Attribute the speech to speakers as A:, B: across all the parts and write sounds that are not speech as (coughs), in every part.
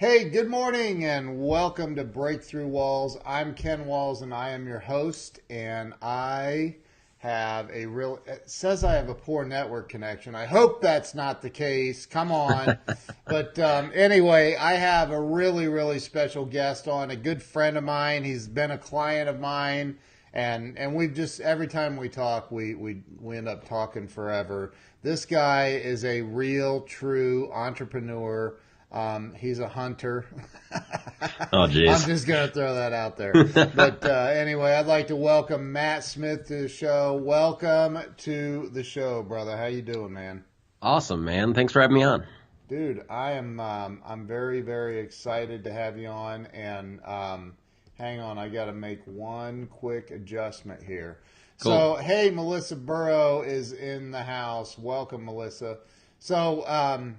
A: good morning, and welcome to Breakthrough Walls. I'm Ken Walls, and I am your host. And I have a real, it says I have a poor network connection. I hope that's not the case. Come on. but um, anyway, I have a really, really special guest on, a good friend of mine. He's been a client of mine and and we've just every time we talk we we we end up talking forever this guy is a real true entrepreneur um, he's a hunter. (laughs)
B: Oh,
A: I'm
B: jeez.
A: just gonna throw that out there. but uh, anyway, I'd like to welcome Matt Smith to the show. Welcome to the show, brother. How you doing, man?
B: Awesome, man. Thanks for having me on.
A: Dude, I am um, I'm very very excited to have you on. And um, hang on, I got to make one quick adjustment here. So hey, Melissa Burrow is in the house. Welcome, Melissa. So um,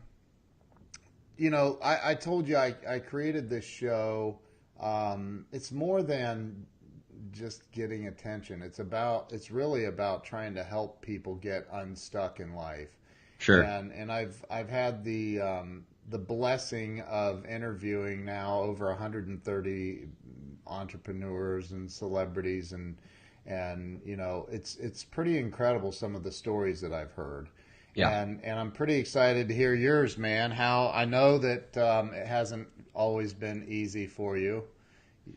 A: you know, I, I told you I, I created this show. Um, it's more than just getting attention. It's about it's really about trying to help people get unstuck in life.
B: Sure.
A: And and I've I've had the um, the blessing of interviewing now over 130 entrepreneurs and celebrities and and you know it's it's pretty incredible some of the stories that I've heard.
B: Yeah.
A: And and I'm pretty excited to hear yours, man. How I know that um, it hasn't always been easy for you.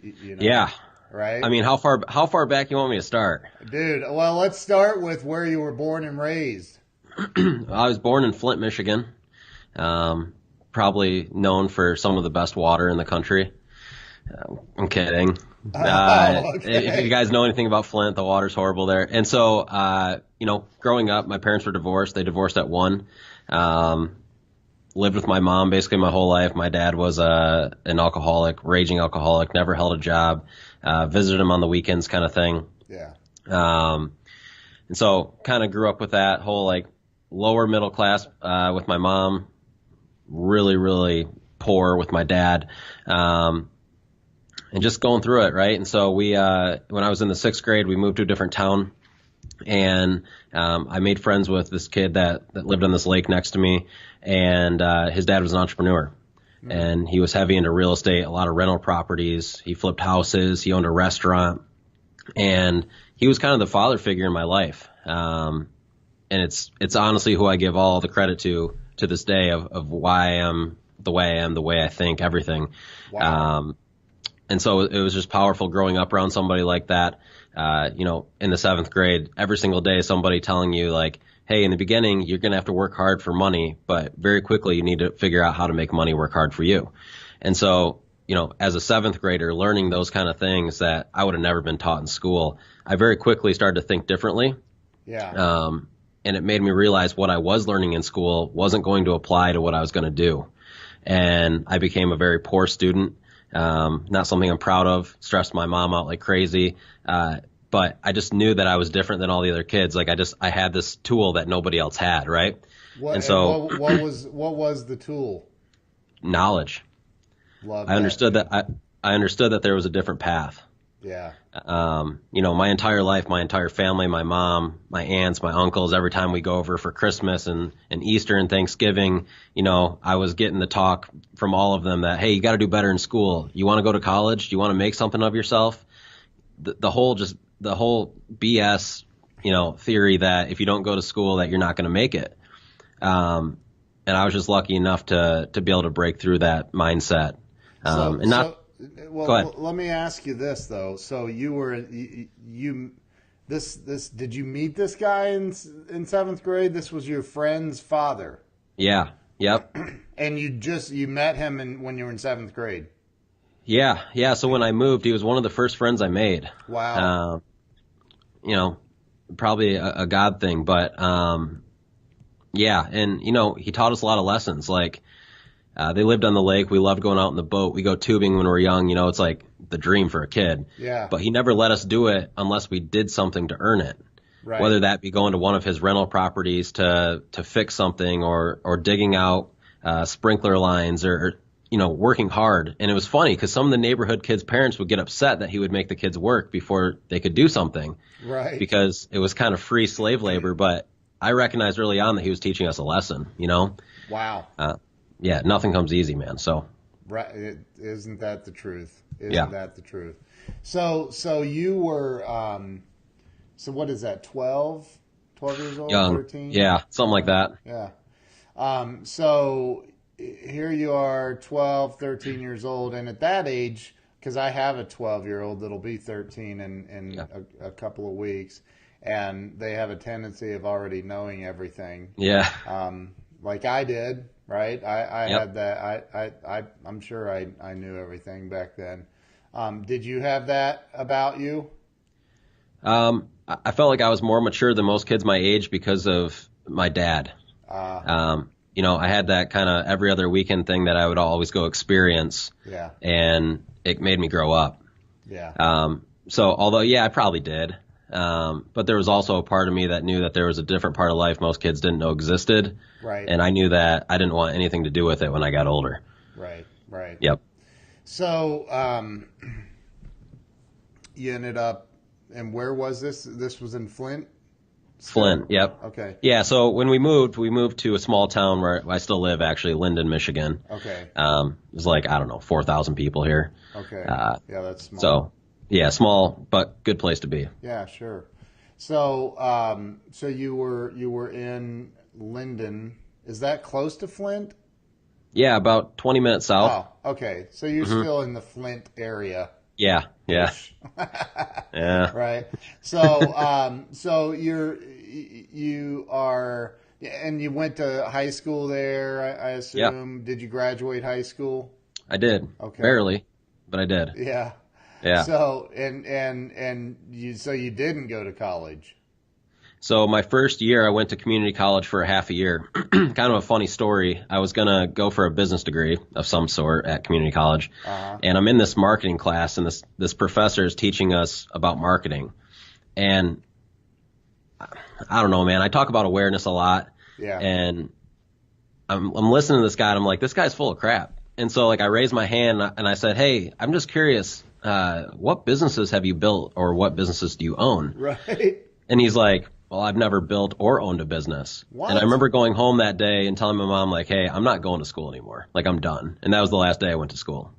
A: You, you know,
B: Yeah.
A: Right.
B: I mean, how far how far back you want me to start?
A: dude. Well, let's start with where you were born and raised.
B: I was born in Flint, Michigan. Um, probably known for some of the best water in the country. Uh, I'm kidding. Uh,
A: Oh, okay.
B: If you guys know anything about Flint, the water's horrible there. And so, uh, you know, growing up, my parents were divorced. They divorced at one. Um, lived with my mom basically my whole life. My dad was uh, an alcoholic, raging alcoholic, never held a job. Uh, visited him on the weekends, kind of thing.
A: Yeah.
B: Um, and so kind of grew up with that whole like lower middle class uh, with my mom, really, really poor with my dad. Um, and just going through it, right? And so we, uh, when I was in the sixth grade, we moved to a different town and um, I made friends with this kid that, that lived on this lake next to me, and uh, his dad was an entrepreneur. And he was heavy into real estate, a lot of rental properties. He flipped houses. He owned a restaurant, and he was kind of the father figure in my life. Um, and it's it's honestly who I give all the credit to to this day of, of why I am the way I am, the way I think, everything.
A: Wow.
B: Um, and so it was just powerful growing up around somebody like that. Uh, you know, in the seventh grade, every single day, somebody telling you like, "Hey, in the beginning, you're gonna have to work hard for money, but very quickly, you need to figure out how to make money work hard for you." And so, you know, as a seventh grader, learning those kind of things that I would have never been taught in school, I very quickly started to think differently
A: yeah.
B: um, and it made me realize what I was learning in school wasn't going to apply to what I was going to do. And I became a very poor student. Um, not something I'm proud of. Stressed my mom out like crazy. Uh, but I just knew that I was different than all the other kids. Like I just I had this tool that nobody else had. Right?
A: What,
B: and so-
A: what, what was what was the tool?
B: Knowledge.
A: Love.
B: I understood that. I I understood that there was a different path.
A: Yeah.
B: um, you know, my entire life, my entire family, my mom, my aunts, my uncles, every time we go over for Christmas and, and Easter and Thanksgiving, you know, I was getting the talk from all of them that, hey, you got to do better in school. You want to go to college? You want to make something of yourself? The, the whole just the whole BS, you know, theory that if you don't go to school, that you're not going to make it. Um, and I was just lucky enough to to be able to break through that mindset. Um, and not
A: so- well,
B: go ahead.
A: l- let me ask you this though. So you were you, you this this did you meet this guy in s- in seventh grade? This was your friend's father,
B: yeah, yep.
A: and you just you met him in, when you were in seventh grade.
B: Yeah, yeah. So when I moved, he was one of the first friends I made.
A: Wow.
B: Um, you know, probably a, a God thing, but um, yeah. And you know, he taught us a lot of lessons. Like uh, they lived on the lake. We loved going out in the boat. We go tubing when we were young. You know, it's like the dream for a kid.
A: yeah.
B: But he never let us do it unless we did something to earn it
A: right.
B: whether that be going to one of his rental properties to to fix something or or digging out uh, sprinkler lines or you know working hard and it was funny because some of the neighborhood kids parents would get upset that he would make the kids work before they could do something
A: right.
B: because it was kind of free slave labor but i recognized early on that he was teaching us a lesson you know
A: wow.
B: yeah nothing comes easy man so
A: Right? It, isn't that the truth? Isn't
B: Yeah.
A: that the truth? So, so you were, um, so what is that? 12, 12 years old,
B: Young.
A: 13?
B: Yeah, something like that.
A: Yeah. Um, so here you are, 12, 13 years old. And at that age, because I have a 12 year old that'll be 13 in, in
B: Yeah.
A: a, a couple of weeks, and they have a tendency of already knowing everything,
B: Yeah.
A: um, like I did, right? I, I
B: Yep.
A: had that. I, I, I, I'm sure I, I knew everything back then. Um, did you have that about you?
B: Um, I I felt like I was more mature than most kids my age because of my dad.
A: Uh,
B: Um, you know, I had that kind of every other weekend thing that I would always go experience,
A: yeah,
B: and it made me grow up.
A: yeah,
B: Um, so, although, yeah, I probably did. Um, but there was also a part of me that knew that there was a different part of life most kids didn't know existed,
A: right,
B: and I knew that I didn't want anything to do with it when I got older.
A: right, right.
B: Yep.
A: So um, (clears throat) you ended up, and where was this? This was in Flint.
B: Flint. Yep.
A: Okay.
B: Yeah. So when we moved, we moved to a small town where I still live, actually, Linden, Michigan.
A: Okay.
B: Um, it was like I don't know, four thousand people here.
A: Okay.
B: Uh,
A: yeah, that's small.
B: So, yeah, small but good place to be.
A: yeah, sure. So um, so you were you were in Linden. Is that close to Flint?
B: Yeah, about twenty minutes south.
A: Oh, okay. So you're still in the Flint area.
B: Yeah, Mm-hmm. yeah, yeah.
A: (laughs) right so um so you're y- you are and you went to high school there i, I assume did you graduate high school
B: I did
A: Okay.
B: barely, but I did.
A: yeah
B: Yeah.
A: so
B: So,
A: and and and you so you didn't go to college
B: my first year, I went to community college for a half a year. (clears throat) kind of a funny story. I was gonna go for a business degree of some sort at community college,
A: uh-huh
B: and I'm in this marketing class, and this this professor is teaching us about marketing, and I- I don't know, man. I talk about awareness a lot.
A: yeah
B: and I'm, I'm listening to this guy and I'm like, this guy's full of crap. And so like I raised my hand and I- and I said, hey, I'm just curious, uh, what businesses have you built or what businesses do you
A: (laughs)
B: own?
A: right
B: And he's like, well, I've never built or owned a business.
A: What?
B: And I remember going home that day and telling my mom like, hey, I'm not going to school anymore. Like I'm done. And that was the last day I went to school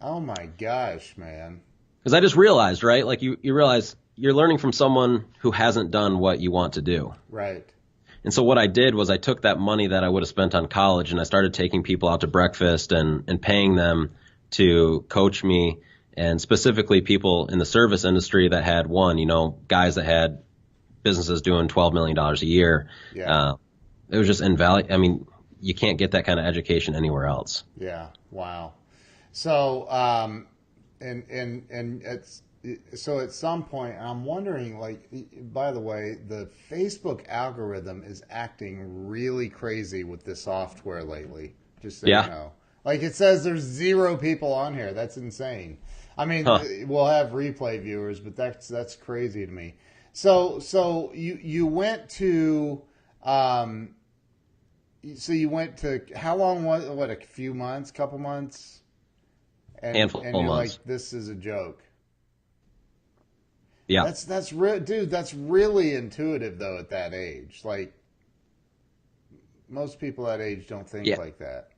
A: oh my gosh man
B: because I just realized, right? Like you, you realize you're learning from someone who hasn't done what you want to do.
A: right
B: And so what I did was I took that money that I would have spent on college and I started taking people out to breakfast and, and paying them to coach me and specifically people in the service industry that had one, you know, guys that had businesses doing $12 million a year.
A: yeah
B: Uh, it was just invaluable. I mean, you can't get that kind of education anywhere else.
A: Yeah. Wow. So, um, and and and it's so at some point, and I'm wondering, like, e, by the way, the Facebook algorithm is acting really crazy with the software lately. Just so
B: Yeah.
A: you know, like it says there's zero people on here. That's insane. I mean,
B: Huh.
A: we'll have replay viewers, but that's that's crazy to me. So so you you went to um, so you went to how long was what a few months, couple months, and,
B: Handful
A: and you're
B: months.
A: like, this is a joke.
B: Yeah.
A: That's that's real, dude. That's really intuitive though at that age. Like most people that age don't think
B: Yeah.
A: like that.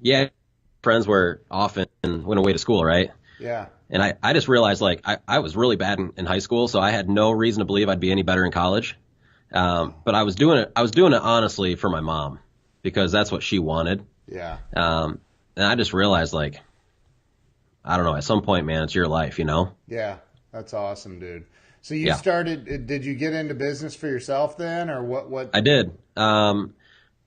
B: Yeah. Friends were often went away to school, right?
A: Yeah,
B: And I, I just realized like I, I was really bad in, in high school, so I had no reason to believe I'd be any better in college. Um, but I was doing it I was doing it honestly for my mom because that's what she wanted.
A: yeah,
B: Um, and I just realized like I don't know, at some point, man, it's your life, you know?
A: yeah. That's awesome, dude. So you
B: Yeah.
A: started? uh, Did you get into business for yourself then, or what? What?
B: I did. Um,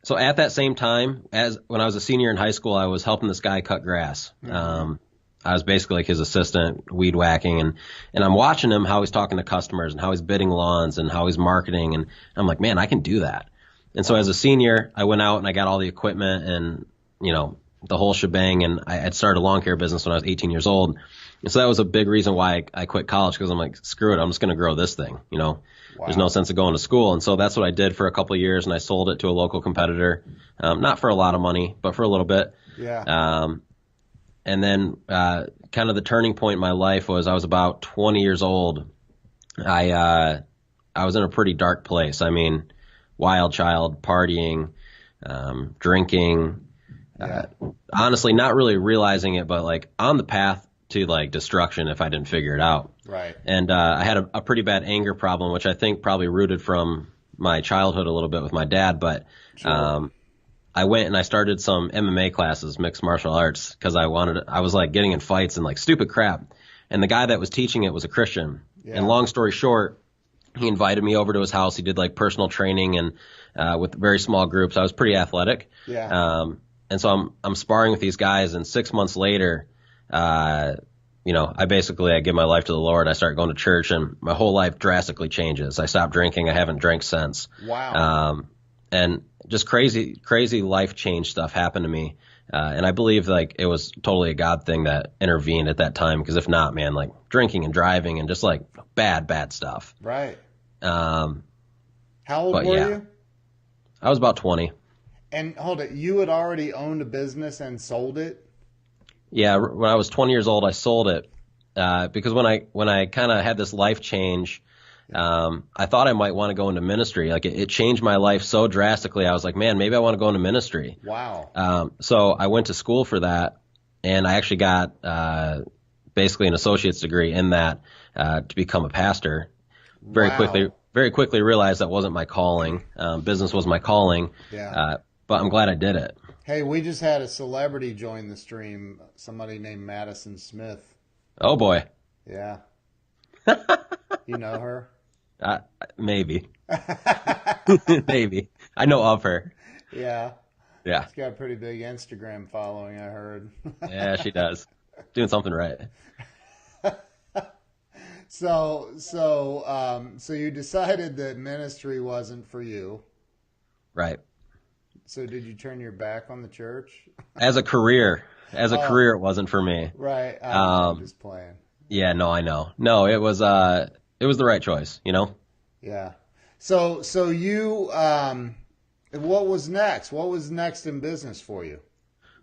B: so at that same time, as when I was a senior in high school, I was helping this guy cut grass. Um, I was basically like his assistant, weed whacking, and and I'm watching him how he's talking to customers and how he's bidding lawns and how he's marketing, and I'm like, man, I can do that. And so as a senior, I went out and I got all the equipment and you know the whole shebang, and I had started a lawn care business when I was 18 years old. And so that was a big reason why I, I quit college because I'm like, screw it, I'm just gonna grow this thing, you know. There's no sense of going to school. And so that's what I did for a couple of years, and I sold it to a local competitor, um, not for a lot of money, but for a little bit.
A: yeah,
B: Um, and then uh, kind of the turning point in my life was I was about 20 years old. I uh, I was in a pretty dark place. I mean, wild child, partying, um, drinking,
A: Yeah.
B: Uh, honestly, not really realizing it, but like on the path to like destruction if I didn't figure it out.
A: Right.
B: And uh, I had a, a pretty bad anger problem, which I think probably rooted from my childhood a little bit with my dad. But
A: Sure.
B: um, I went and I started some MMA classes, mixed martial arts, because I wanted. I was like getting in fights and like stupid crap. And the guy that was teaching it was a Christian.
A: Yeah.
B: And long story short, he invited me over to his house. He did like personal training and uh, with very small groups. I was pretty athletic.
A: yeah.
B: Um, and so I'm I'm sparring with these guys, and six months later, uh, you know, I basically I give my life to the Lord. I start going to church, and my whole life drastically changes. I stopped drinking. I haven't drank since.
A: wow.
B: Um, and just crazy, crazy life change stuff happened to me. Uh, and I believe like it was totally a God thing that intervened at that time. Because if not, man, like drinking and driving and just like bad, bad stuff.
A: right.
B: Um,
A: How old
B: but
A: were
B: yeah.
A: you?
B: I was about 20.
A: And hold it, you had already owned a business and sold it.
B: Yeah, r- when I was 20 years old, I sold it uh, because when I when I kind of had this life change, um, I thought I might want to go into ministry. Like it, it changed my life so drastically. I was like, man, maybe I want to go into ministry.
A: Wow.
B: Um, so I went to school for that, and I actually got uh, basically an associate's degree in that uh, to become a pastor. Very
A: Wow.
B: quickly, very quickly realized that wasn't my calling. Um, business was my calling,
A: Yeah.
B: uh, but I'm glad I did it.
A: hey, we just had a celebrity join the stream. Somebody named Madison Smith.
B: Oh boy, (laughs)
A: Yeah. you know her.
B: uh,
A: (laughs)
B: maybe. (laughs) Maybe. I know of her.
A: yeah.
B: Yeah.
A: She's got a pretty big Instagram following, I heard. (laughs)
B: Yeah, she does. Doing something right.
A: so, so, um, so you decided that ministry wasn't for you.
B: Right.
A: So, did you turn your back on the church?
B: As a career, as a
A: Oh.
B: career, it wasn't for me.
A: Right. I'm
B: Um,
A: just playing.
B: Yeah, no, I know. No, it was, uh, it was the right choice, you know?
A: Yeah. So, so you, um, what was next? What was next in business for you?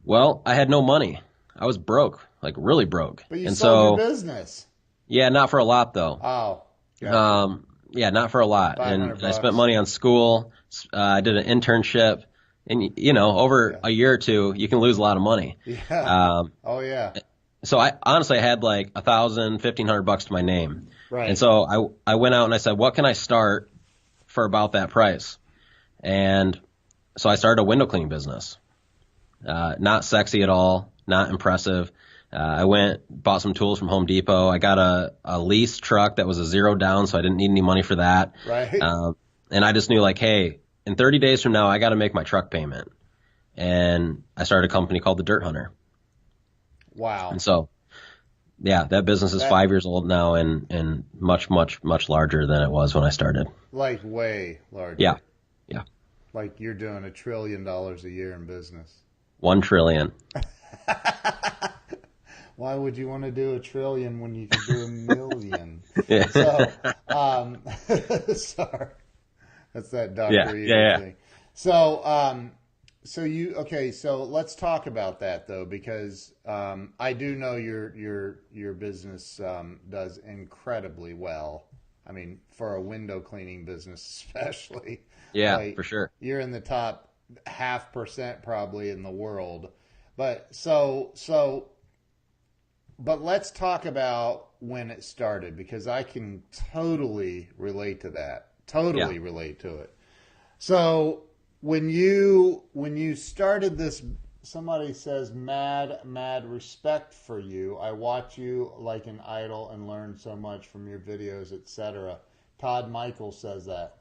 B: Well, I had no money. I was broke, like really broke.
A: But you
B: and
A: sold
B: so,
A: your business.
B: yeah, not for a lot though.
A: Oh, (laughs) yeah.
B: Um, yeah, not for a lot.
A: 500
B: And, and I
A: bucks.
B: spent money on school. S- Uh, I did an internship. And, y- you know, over
A: Yeah.
B: a year or two, you can lose a lot of money.
A: yeah.
B: Um,
A: oh, yeah.
B: so I honestly I had like a thousand, fifteen hundred bucks to my name.
A: Right.
B: And so I I went out and I said, what can I start for about that price? And so I started a window cleaning business. Uh, not sexy at all, not impressive. Uh, I went bought some tools from Home Depot. I got a a lease truck that was a zero down, so I didn't need any money for that.
A: right.
B: Um, and I just knew like, hey, in 30 days from now, I got to make my truck payment. And I started a company called the Dirt Hunter.
A: wow.
B: And so, yeah, that business is
A: That-
B: five years old now and, and much, much, much larger than it was when I started.
A: Like way larger.
B: Yeah. Yeah.
A: Like you're doing a trillion dollars a year in business.
B: One trillion.
A: Why would you want to do a trillion when you can do a million? (laughs)
B: Yeah. (laughs)
A: so, um, (laughs) sorry, that's that Dr.
B: Yeah,
A: Evil
B: yeah, yeah.
A: thing. So, um, so you okay? So let's talk about that though, because um, I do know your your your business um, does incredibly well. I mean, for a window cleaning business, (laughs) especially.
B: Yeah,
A: Like,
B: for sure. (laughs)
A: You're in the top half percent probably in the world. But so so but let's talk about when it started because I can totally relate to that. Totally relate to it. So when you when you started this somebody says mad mad respect for you. I watch you like an idol and learn so much from your videos, etc. Todd Michael says that.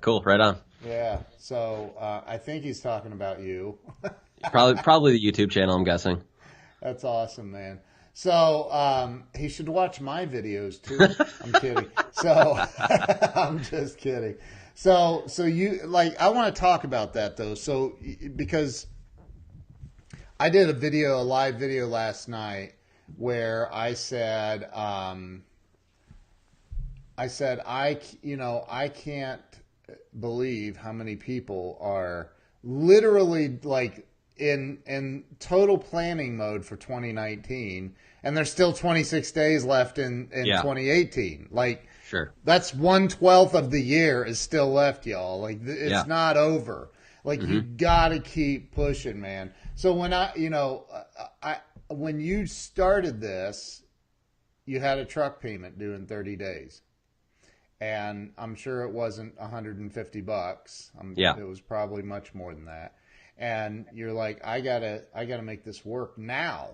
B: cool. Right on.
A: Yeah. So uh, I think he's talking about you. (laughs)
B: Probably, probably the YouTube channel, I'm guessing.
A: That's awesome, man. So um, he should watch my videos too. I'm kidding. So (laughs) I'm just kidding. So so you like I want to talk about that though. So y- because I did a video, a live video last night where I said. Um, I said, I, c- you know, I can't believe how many people are literally like in in total planning mode for 2019, and there's still 26 days left in in
B: Yeah.
A: 2018. Like
B: Sure.
A: that's one twelfth of the year is still left, y'all. Like th- it's
B: Yeah. Mm-hmm.
A: not over. Like you got to keep pushing, man. So when I, you know, I when you started this, you had a truck payment due in 30 days. And I'm sure it wasn't 150 bucks. I'm,
B: Yeah.
A: It was probably much more than that. And you're like, I gotta, I gotta make this work now.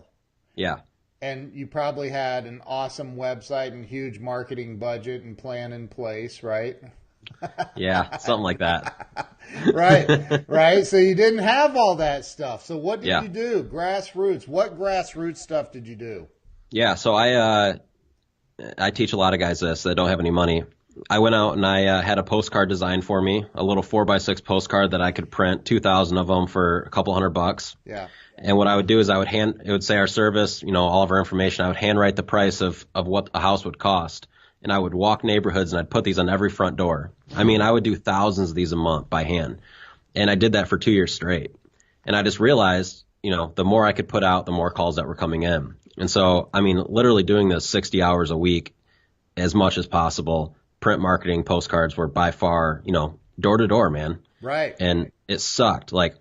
B: Yeah.
A: And you probably had an awesome website and huge marketing budget and plan in place,
B: (laughs)
A: right?
B: Yeah. Something like that.
A: right, right. So you didn't have all that stuff. So what did
B: Yeah.
A: you do? Grassroots. What grassroots stuff did you do?
B: Yeah. So I, uh, I teach a lot of guys this that don't have any money. I went out and I uh, had a postcard designed for me, a little four by six postcard that I could print, 2,000 of them for a couple hundred bucks.
A: Yeah,
B: And what I would do is I would hand, it would say our service, you know, all of our information. I would handwrite the price of, of what a house would cost. And I would walk neighborhoods and I'd put these on every front door. I mean, I would do thousands of these a month by hand. And I did that for two years straight. And I just realized, you know, the more I could put out, the more calls that were coming in. And so, I mean, literally doing this 60 hours a week as much as possible. Print marketing postcards were by far, you know, door to door, man
A: right.
B: and it sucked. Like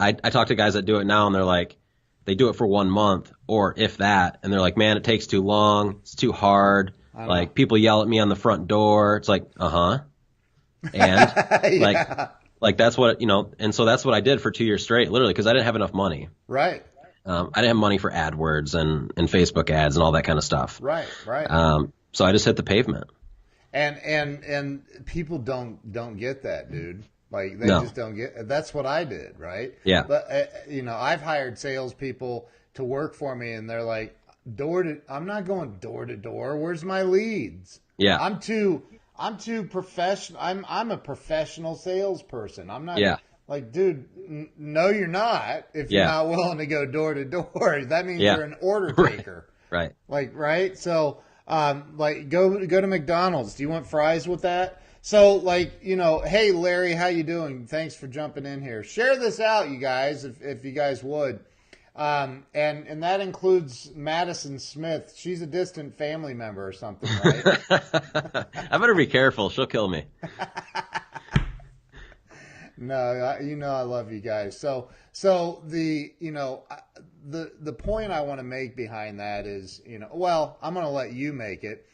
B: I, I talk to guys that do it now and they're like, they do it for one month or if that, and they're like, man, it takes too long. It's too hard.
A: know.
B: Like people yell at me on the front door. It's like, uh huh.
A: (laughs)
B: And
A: yeah.
B: like that's what you know. And so that's what I did for two years straight, literally, because I didn't have enough money.
A: Right,
B: Um, I didn't have money for AdWords and and Facebook ads and all that kind of stuff.
A: right, right.
B: Um, so I just hit the pavement.
A: and and and people don't don't get that dude like they
B: No.
A: just don't get that's what i did right
B: Yeah.
A: but uh, you know i've hired salespeople to work for me and they're like door to i'm not going door to door where's my leads
B: Yeah.
A: i'm too i'm too professional i'm i'm a professional salesperson i'm not
B: Yeah.
A: like dude n- no you're not if you're
B: Yeah.
A: not willing to go door to door (laughs) that means
B: Yeah.
A: you're an order
B: (laughs) Right.
A: taker
B: Right.
A: like right so um like go go to mcdonald's do you want fries with that so like you know hey larry how you doing thanks for jumping in here share this out you guys if, if you guys would um and and that includes madison smith she's a distant family member or something right
B: I better be careful. She'll kill me.
A: No, I, you know I love you guys. So, so the you know I- the the point I want to make behind that is you know well I'm going to let you make it.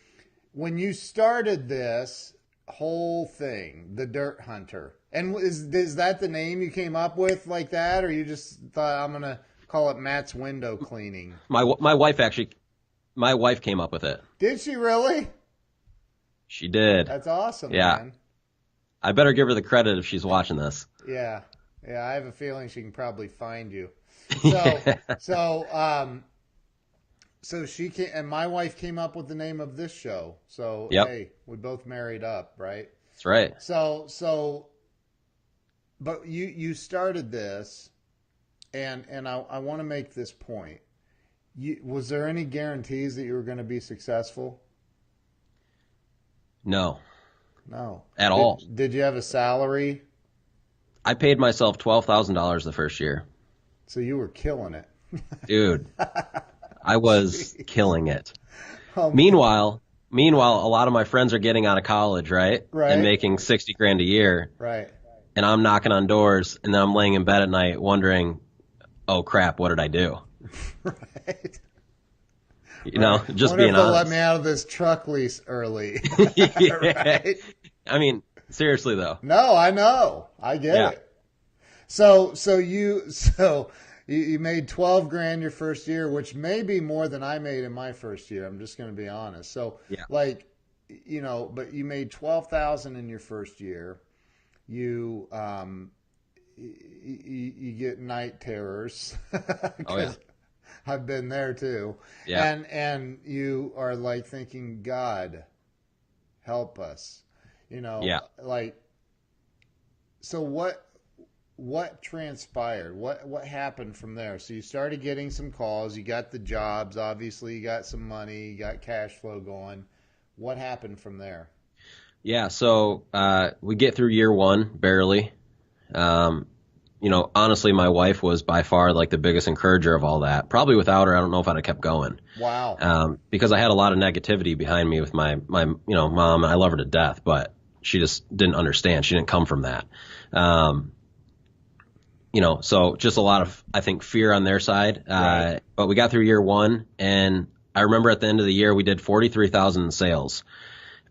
A: When you started this whole thing, the Dirt Hunter, and is is that the name you came up with like that, or you just thought I'm going to call it Matt's window cleaning?
B: My w- my wife actually, my wife came up with it.
A: Did she really?
B: She did.
A: That's awesome.
B: Yeah.
A: man.
B: I better give her the credit if she's watching this.
A: Yeah. Yeah, I have a feeling she can probably find you.
B: (laughs)
A: So so um so she can and my wife came up with the name of this show. So
B: Yep.
A: hey, we both married up, right?
B: That's right.
A: So so but you you started this and and I I want to make this point. You, was there any guarantees that you were going to be successful?
B: No,
A: No.
B: at
A: Did-
B: all.
A: Did you have a salary?
B: I paid myself twelve thousand dollars the first year,
A: So you were killing it. (laughs)
B: dude. I was killing it.
A: Oh,
B: Meanwhile, meanwhile, a lot of my friends are getting out of college, right?
A: Right.
B: And making sixty grand a year,
A: (laughs) right. (laughs)
B: and I'm knocking on doors, and then I'm laying in bed at night wondering, "Oh crap, what did I do?"
A: Right.
B: You know, just
A: Wonder
B: being
A: if they'll let
B: honest.
A: me out of this truck lease early. (laughs)
B: (laughs) Yeah.
A: Right?
B: I mean, seriously though.
A: No, I know. I get
B: Yeah.
A: it. So, so you, (laughs) so you, you made twelve grand your first year, which may be more than I made in my first year. I'm just going to be honest. So,
B: Yeah.
A: like, you know, but you made twelve thousand in your first year. You, um, you, you get night terrors. (laughs)
B: Oh,
A: 'Cause I've been there too.
B: Yeah.
A: And and you are like thinking, God, help us. You know,
B: Yeah.
A: like so what what transpired? What what happened from there? So you started getting some calls, you got the jobs, obviously you got some money, you got cash flow going. What happened from there?
B: Yeah, so uh, we get through year one barely. Um, you know, honestly, my wife was by far like the biggest encourager of all that. Probably without her, I don't know if I'd have kept going
A: Wow.
B: um, because I had a lot of negativity behind me with my my you know mom, and I love her to death, but she just didn't understand. She didn't come from that. Um, you know, so just a lot of I think fear on their side. Uh,
C: Right.
B: but we got through year one, and I remember at the end of the year we did forty three thousand in sales.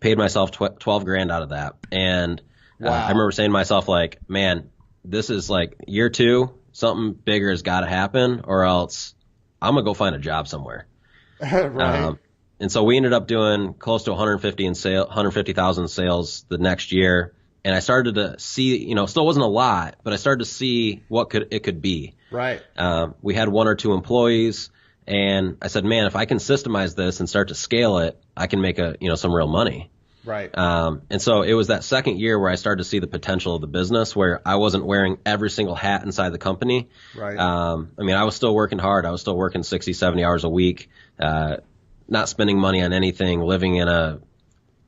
B: Paid myself tw- twelve grand out of that, and uh,
A: Wow.
B: I remember saying to myself like, man, this is like year two. Something bigger has got to happen, or else I'm gonna go find a job somewhere.
A: (laughs) right.
B: Um, and so we ended up doing close to 150 in sale, 150,000 sales the next year. And I started to see, you know, still wasn't a lot, but I started to see what could it could be.
A: right.
B: Um, we had one or two employees, and I said, man, if I can systemize this and start to scale it, I can make a, you know, some real money.
A: Right.
B: Um, and so it was that second year where I started to see the potential of the business, where I wasn't wearing every single hat inside the company,
A: right.
B: um, I mean, I was still working hard. I was still working 60, 70 hours a week, uh, not spending money on anything, living in a,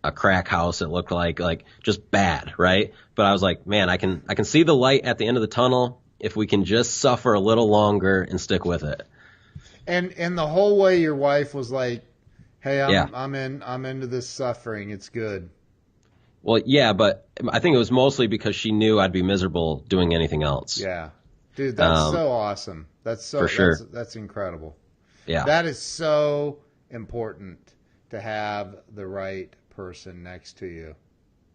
B: a crack house. It looked like, like just bad. Right. But I was like, man, I can, I can see the light at the end of the tunnel if we can just suffer a little longer and stick with it.
A: and and the whole way your wife was like, "Hey, I'm
B: Yeah.
A: I'm in I'm into this suffering. It's good."
B: Well, yeah, but I think it was mostly because she knew I'd be miserable doing anything else.
A: Yeah. Dude, that's
B: Um,
A: so awesome. That's so
B: for sure.
A: that's, that's incredible.
B: Yeah.
A: That is so important to have the right person next to you.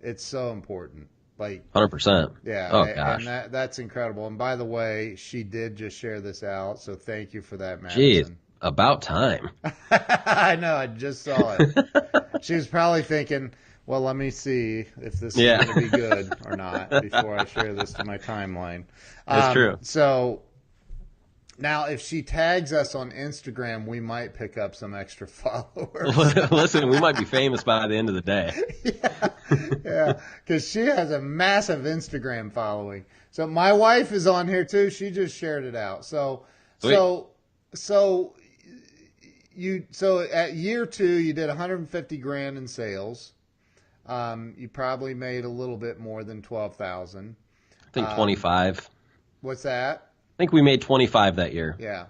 A: It's so important. Like
B: 100%.
A: yeah,
B: Oh,
A: a-
B: gosh.
A: and that that's incredible. And by the way, she did just share this out, so thank you for that,
B: Jeez.
A: Madison.
B: About time. (laughs)
A: (laughs) I know, I just saw it. she was probably thinking, well, let me see if this
B: Yeah.
A: is going to be
B: (laughs)
A: good or not before I share this to my timeline. Um,
B: That's true.
A: So now, if she tags us on Instagram, we might pick up some extra (laughs) followers.
B: Listen, we might be famous by the end of the day.
A: yeah, because she has a massive Instagram following. So my wife is on here too. She just shared it out. So
B: Sweet.
A: so so you so at year two you did 150 grand in sales. Um, you probably made a little bit more than twelve thousand.
B: I think
A: Um,
B: 25.
A: What's that?
B: I think we made 25 that year.
A: Yeah.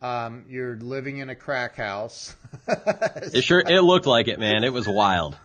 A: Um, you're living in a crack house. (laughs)
B: It sure it looked like it, man. It was wild.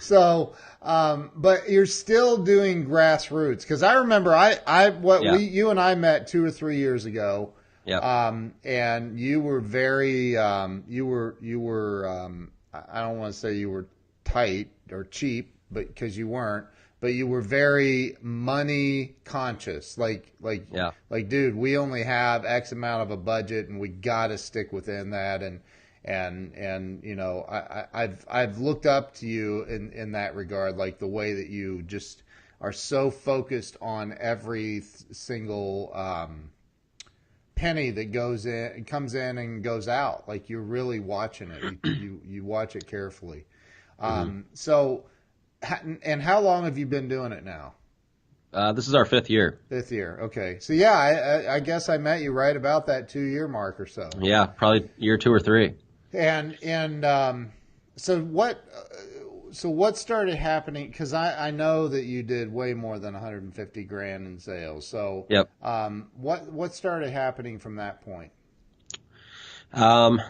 A: So, um, but you're still doing grassroots because I remember I, I what
B: Yeah.
A: we you and I met two or three years ago,
B: Yeah.
A: um, and you were very um, you were you were um, I I don't want to say you were tight or cheap, but because you weren't, but you were very money conscious, like like
B: Yeah.
A: like dude, we only have X amount of a budget, and we got to stick within that, and and and you know I, I I've I've looked up to you in in that regard, like the way that you just are so focused on every th- single um, penny that goes in comes in and goes out like you're really watching it you you, you watch it carefully um so ha- and how long have you been doing it now
B: Uh, this is our fifth year.
A: fifth year okay so yeah I, I i guess i met you right about that two year mark or so
B: Yeah, probably year two or three.
A: and and um so what uh, so what started happening because i i know that you did way more than 150 grand in sales so
B: Yep.
A: um what what started happening from that point
B: Um,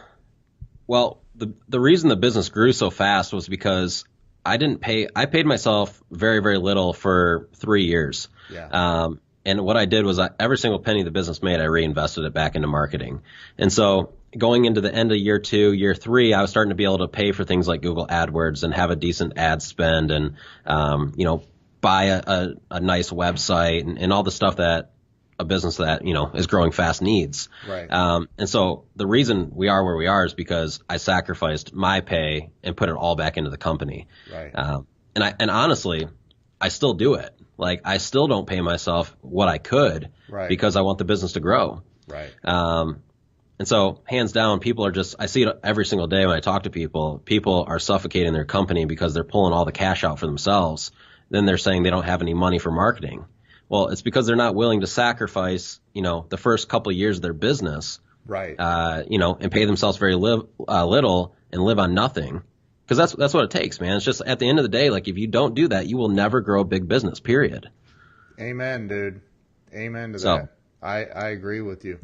B: well, the the reason the business grew so fast was because I didn't pay. I paid myself very very little for three years.
A: yeah
B: Um, and what I did was I, every single penny the business made, I reinvested it back into marketing. And so going into the end of year two, year three, I was starting to be able to pay for things like Google AdWords and have a decent ad spend and, um, you know, buy a, a, a nice website and, and all the stuff that a business that, you know, is growing fast needs.
A: right
B: Um, and so the reason we are where we are is because I sacrificed my pay and put it all back into the company.
A: right
B: Um, and I and honestly, I still do it. Like I still don't pay myself what I could
A: Right.
B: because I want the business to grow.
A: right
B: Um, and so hands down, people are just I see it every single day when I talk to people. People are suffocating their company because they're pulling all the cash out for themselves. Then they're saying they don't have any money for marketing. Well, it's because they're not willing to sacrifice, you know, the first couple of years of their business
A: Right.
B: uh, you know, and pay themselves very live, uh, little and live on nothing. Because that's that's what it takes, man. It's just at the end of the day, like if you don't do that, you will never grow a big business. Period.
A: Amen, dude. Amen to
B: So-
A: that. I I agree with you.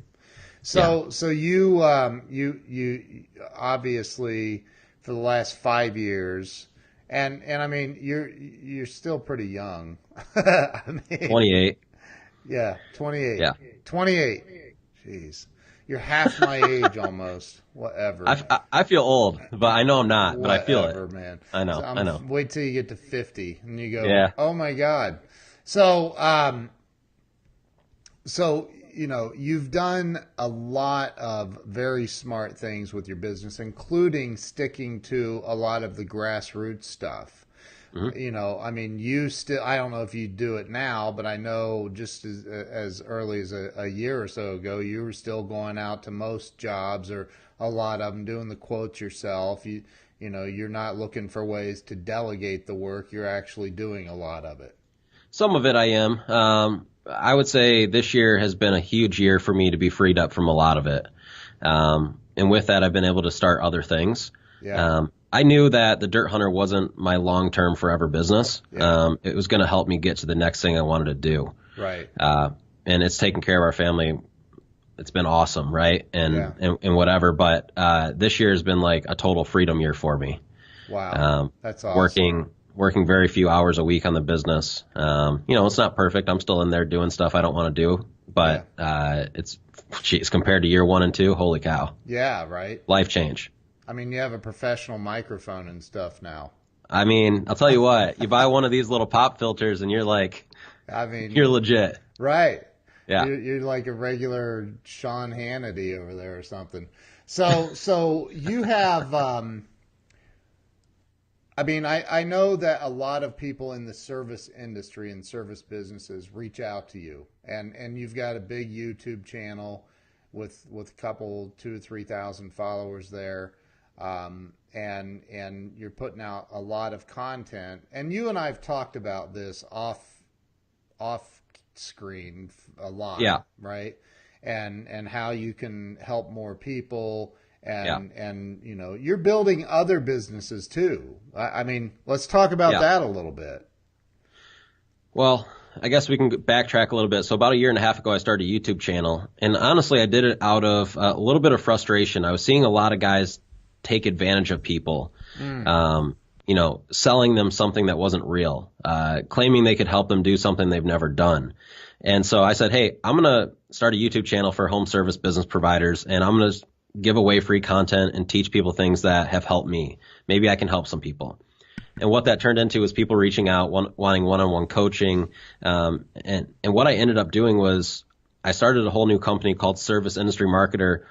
A: So so you um you you obviously for the last 5 years and and (laughs) I mean you're you're still pretty young. I mean
B: Twenty eight.
A: Yeah, 28.
B: Yeah.
A: 28. Jeez. You're half my age
B: (laughs)
A: almost. Whatever.
B: I, I, I feel old, but I know I'm not, but I feel
A: Whatever,
B: it.
A: man.
B: I know, I know.
A: Wait till you get to 50 and you go,
B: Yeah.
A: oh my God. So, um, so, you know, you've done a lot of very smart things with your business, including sticking to a lot of the grassroots stuff.
B: Mm-hmm.
A: You know, I mean, you still, I don't know if you do it now, but I know just as, as early as a, a year or so ago, you were still going out to most jobs or a lot of them doing the quotes yourself. You, you know, you're not looking for ways to delegate the work. You're actually doing a lot of it.
B: Some of it I am. Um, I would say this year has been a huge year for me to be freed up from a lot of it. Um, and with that, I've been able to start other things.
A: Yeah.
B: Um, I knew that the Dirt Hunter wasn't my long term forever business. Um, it was going to help me get to the next thing I wanted to do.
A: right.
B: Uh, and it's taken care of our family. It's been awesome, right? And,
A: Yeah.
B: and, and whatever. But uh, this year has been like a total freedom year for me.
A: Wow.
B: Um,
A: That's awesome.
B: working working very few hours a week on the business. Um, you know, it's not perfect. I'm still in there doing stuff I don't want to do, but uh, it's geez, compared to year one and two, holy cow,
A: Yeah. Right.
B: life change.
A: I mean, you have a professional microphone and stuff now.
B: I mean, I'll tell you what, you buy one of these little pop filters and you're like,
A: I mean,
B: you're legit.
A: right.
B: Yeah.
A: You're, you're like a regular Sean Hannity over there or something. So, (laughs) so you have, um, I mean, I, I know that a lot of people in the service industry and service businesses reach out to you, and and you've got a big YouTube channel with with a couple two or three thousand followers there, um, and and you're putting out a lot of content. And you and I have talked about this off off screen a lot,
B: Yeah.
A: right? And and how you can help more people and and you know you're building other businesses too. I, I mean, let's talk about
B: Yeah.
A: that a little bit.
B: Well, I guess we can backtrack a little bit. So about a year and a half ago, I started a YouTube channel, and honestly, I did it out of uh, a little bit of frustration. I was seeing a lot of guys take advantage of people, um, you know, selling them something that wasn't real, uh, claiming they could help them do something they've never done. And so I said, hey, I'm gonna start a YouTube channel for home service business providers, and I'm gonna give away free content and teach people things that have helped me. Maybe I can help some people and what that turned into was people reaching out, one, wanting one-on-one coaching, um, and and what I ended up doing was I started a whole new company called Service Industry Marketer,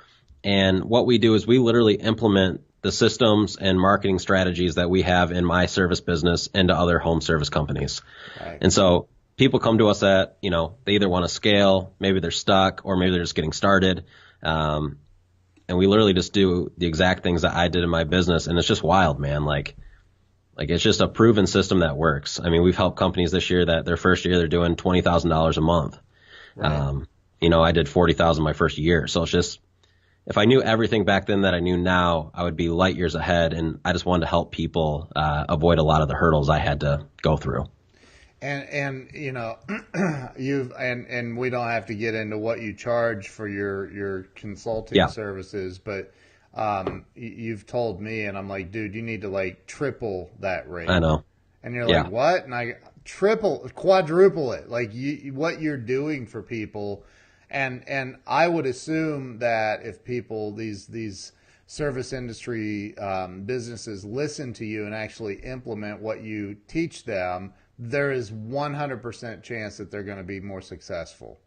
B: and what we do is we literally implement the systems and marketing strategies that we have in my service business into other home service companies.
A: Right.
B: And so people come to us that, you know, they either want to scale, maybe they're stuck, or maybe they're just getting started. Um, and we literally just do the exact things that I did in my business. And it's just wild, man. Like, like it's just a proven system that works. I mean, we've helped companies this year that their first year they're doing twenty thousand dollars a month. Um, you know, I did forty thousand my first year, so it's just if I knew everything back then that I knew now, I would be light years ahead. And I just wanted to help people uh, avoid a lot of the hurdles I had to go through.
A: And and you know, (clears throat) you've and and we don't have to get into what you charge for your your consulting
B: Yeah.
A: services, but um, y- you've told me, and I'm like, dude, you need to like triple that rate.
B: I know.
A: And you're
B: Yeah.
A: like, what? And I triple, quadruple it. Like you, what you're doing for people, and and I would assume that if people these these service industry um, businesses listen to you and actually implement what you teach them, there is 100% chance that they're going to be more successful.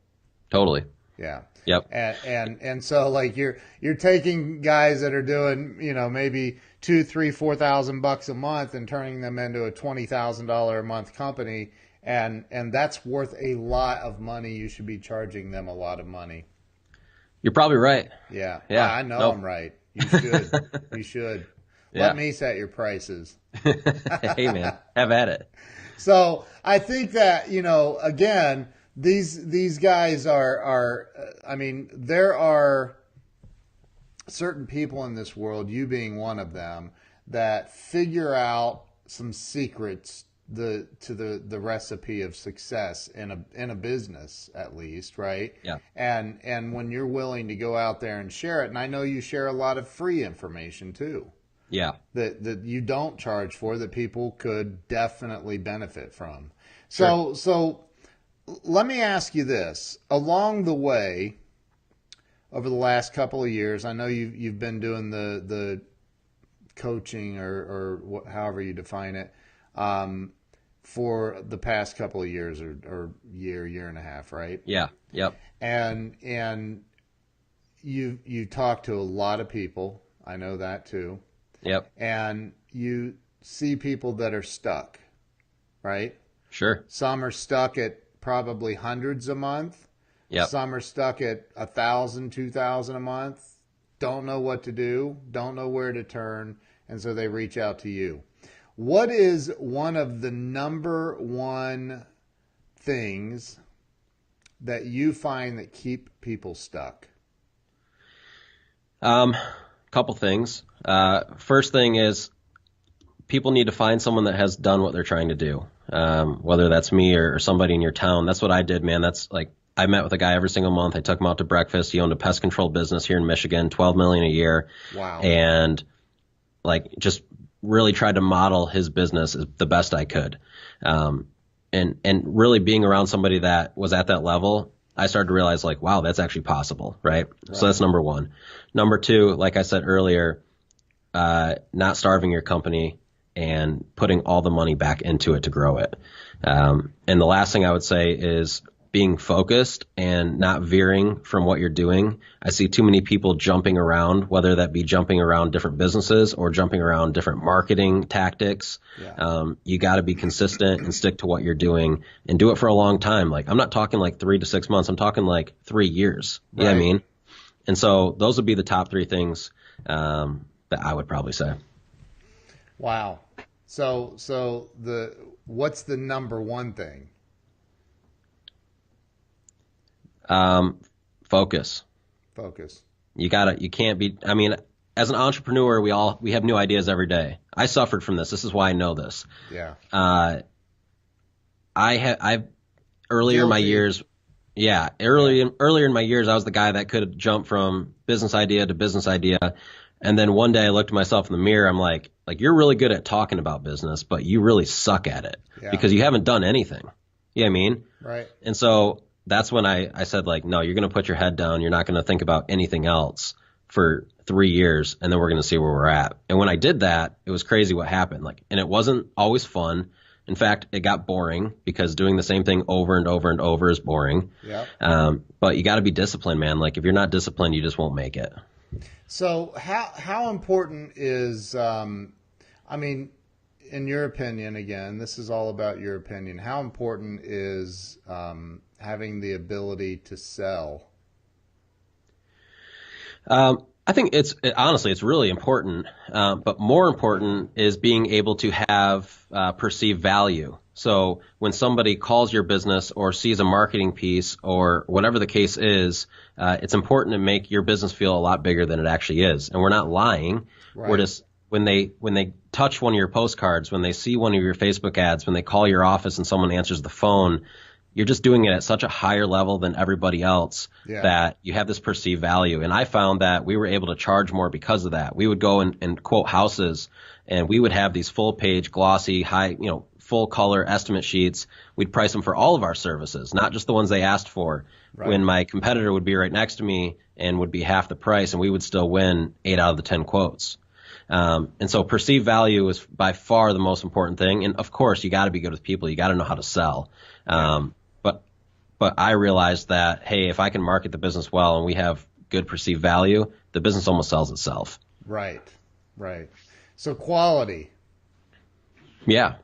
B: Totally.
A: Yeah
B: Yep.
A: and and and so like you're you're taking guys that are doing you know maybe two three four thousand bucks a month and turning them into a twenty thousand dollar a month company and and that's worth a lot of money you should be charging them a lot of money
B: You're probably right. (laughs)
A: yeah
B: Yeah,
A: i know
B: no.
A: i'm right you
B: (laughs)
A: should you should
B: Yeah.
A: let me set your prices
B: hey, man, have at it.
A: So I think that you know, again, these these guys are are. uh, I mean, there are certain people in this world, you being one of them, that figure out some secrets the to the the recipe of success in a in a business at least, right?
B: Yeah.
A: And and when you're willing to go out there and share it, and I know you share a lot of free information too
B: Yeah.
A: that that you don't charge for that people could definitely benefit from. So so let me ask you this: along the way, over the last couple of years, I know you've you've been doing the the coaching or or wh- however you define it um, for the past couple of years or, or year year and a half, right?
B: Yeah. Yep.
A: And and you you talk to a lot of people. I know that too.
B: Yep.
A: And you see people that are stuck, right?
B: Sure.
A: Some are stuck at probably hundreds a month.
B: Yep.
A: Some are stuck at a thousand, two thousand a month. Don't know what to do. Don't know where to turn, and so they reach out to you. What is one of the number one things that you find that keep people stuck?
B: Um, couple things. Uh, first thing is people need to find someone that has done what they're trying to do. Um, whether that's me or, or somebody in your town. That's what I did, man. That's like I met with a guy every single month. I took him out to breakfast. He owned a pest control business here in Michigan, 12 million a year,
A: Wow.
B: and like just really tried to model his business as the best I could. Um, and and really being around somebody that was at that level, I started to realize like, wow, that's actually possible, right? So that's number one. Number two, like I said earlier, uh, not starving your company and putting all the money back into it to grow it. Um, and the last thing I would say is being focused and not veering from what you're doing. I see too many people jumping around, whether that be jumping around different businesses or jumping around different marketing tactics.
A: Yeah.
B: Um, you got to be consistent and stick to what you're doing and do it for a long time. Like I'm not talking like three to six months. I'm talking like three years. You know what I
A: Right.
B: mean? And so those would be the top three things um, that I would probably say.
A: Wow. So so the what's the number one thing?
B: Um, focus.
A: Focus.
B: You gotta. You can't be. I mean, as an entrepreneur, we all we have new ideas every day. I suffered from this. This is why I know this.
A: Yeah.
B: Uh, I had I earlier in my
A: Guilty.
B: years. Yeah, early in, earlier in my years, I was the guy that could jump from business idea to business idea, and then one day I looked at myself in the mirror. I'm like, like you're really good at talking about business, but you really suck at it
A: Yeah.
B: because you haven't done anything. You know what I mean?
A: Right.
B: And so that's when I, I said, like, no, you're going to put your head down. You're not going to think about anything else for three years, and then we're going to see where we're at. And when I did that, it was crazy what happened. Like, and it wasn't always fun. In fact, it got boring because doing the same thing over and over and over is boring.
A: Yeah.
B: Um, but you got to be disciplined, man. Like, if you're not disciplined, you just won't make it.
A: So how how important is um, I mean, in your opinion, again, this is all about your opinion. How important is um, having the ability to sell?
B: Um, I think it's it- honestly it's really important, um, but more important is being able to have uh, perceived value. So when somebody calls your business or sees a marketing piece or whatever the case is, uh, it's important to make your business feel a lot bigger than it actually is. And we're not lying. We're
A: Right.
B: just when they when they touch one of your postcards, when they see one of your Facebook ads, when they call your office and someone answers the phone, you're just doing it at such a higher level than everybody else
A: Yeah.
B: that you have this perceived value. And I found that we were able to charge more because of that. We would go and, and quote houses and we would have these full page, glossy, high, you know, full color estimate sheets. We'd price them for all of our services, not just the ones they asked for. When my competitor would be right next to me and would be half the price, and we would still win eight out of the 10 quotes. Um, and so perceived value is by far the most important thing. And of course, you got to be good with people. You got to know how to sell. Um, but but I realized that hey, if I can market the business well and we have good perceived value, the business almost sells itself.
A: Right. Right. So quality.
B: Yeah.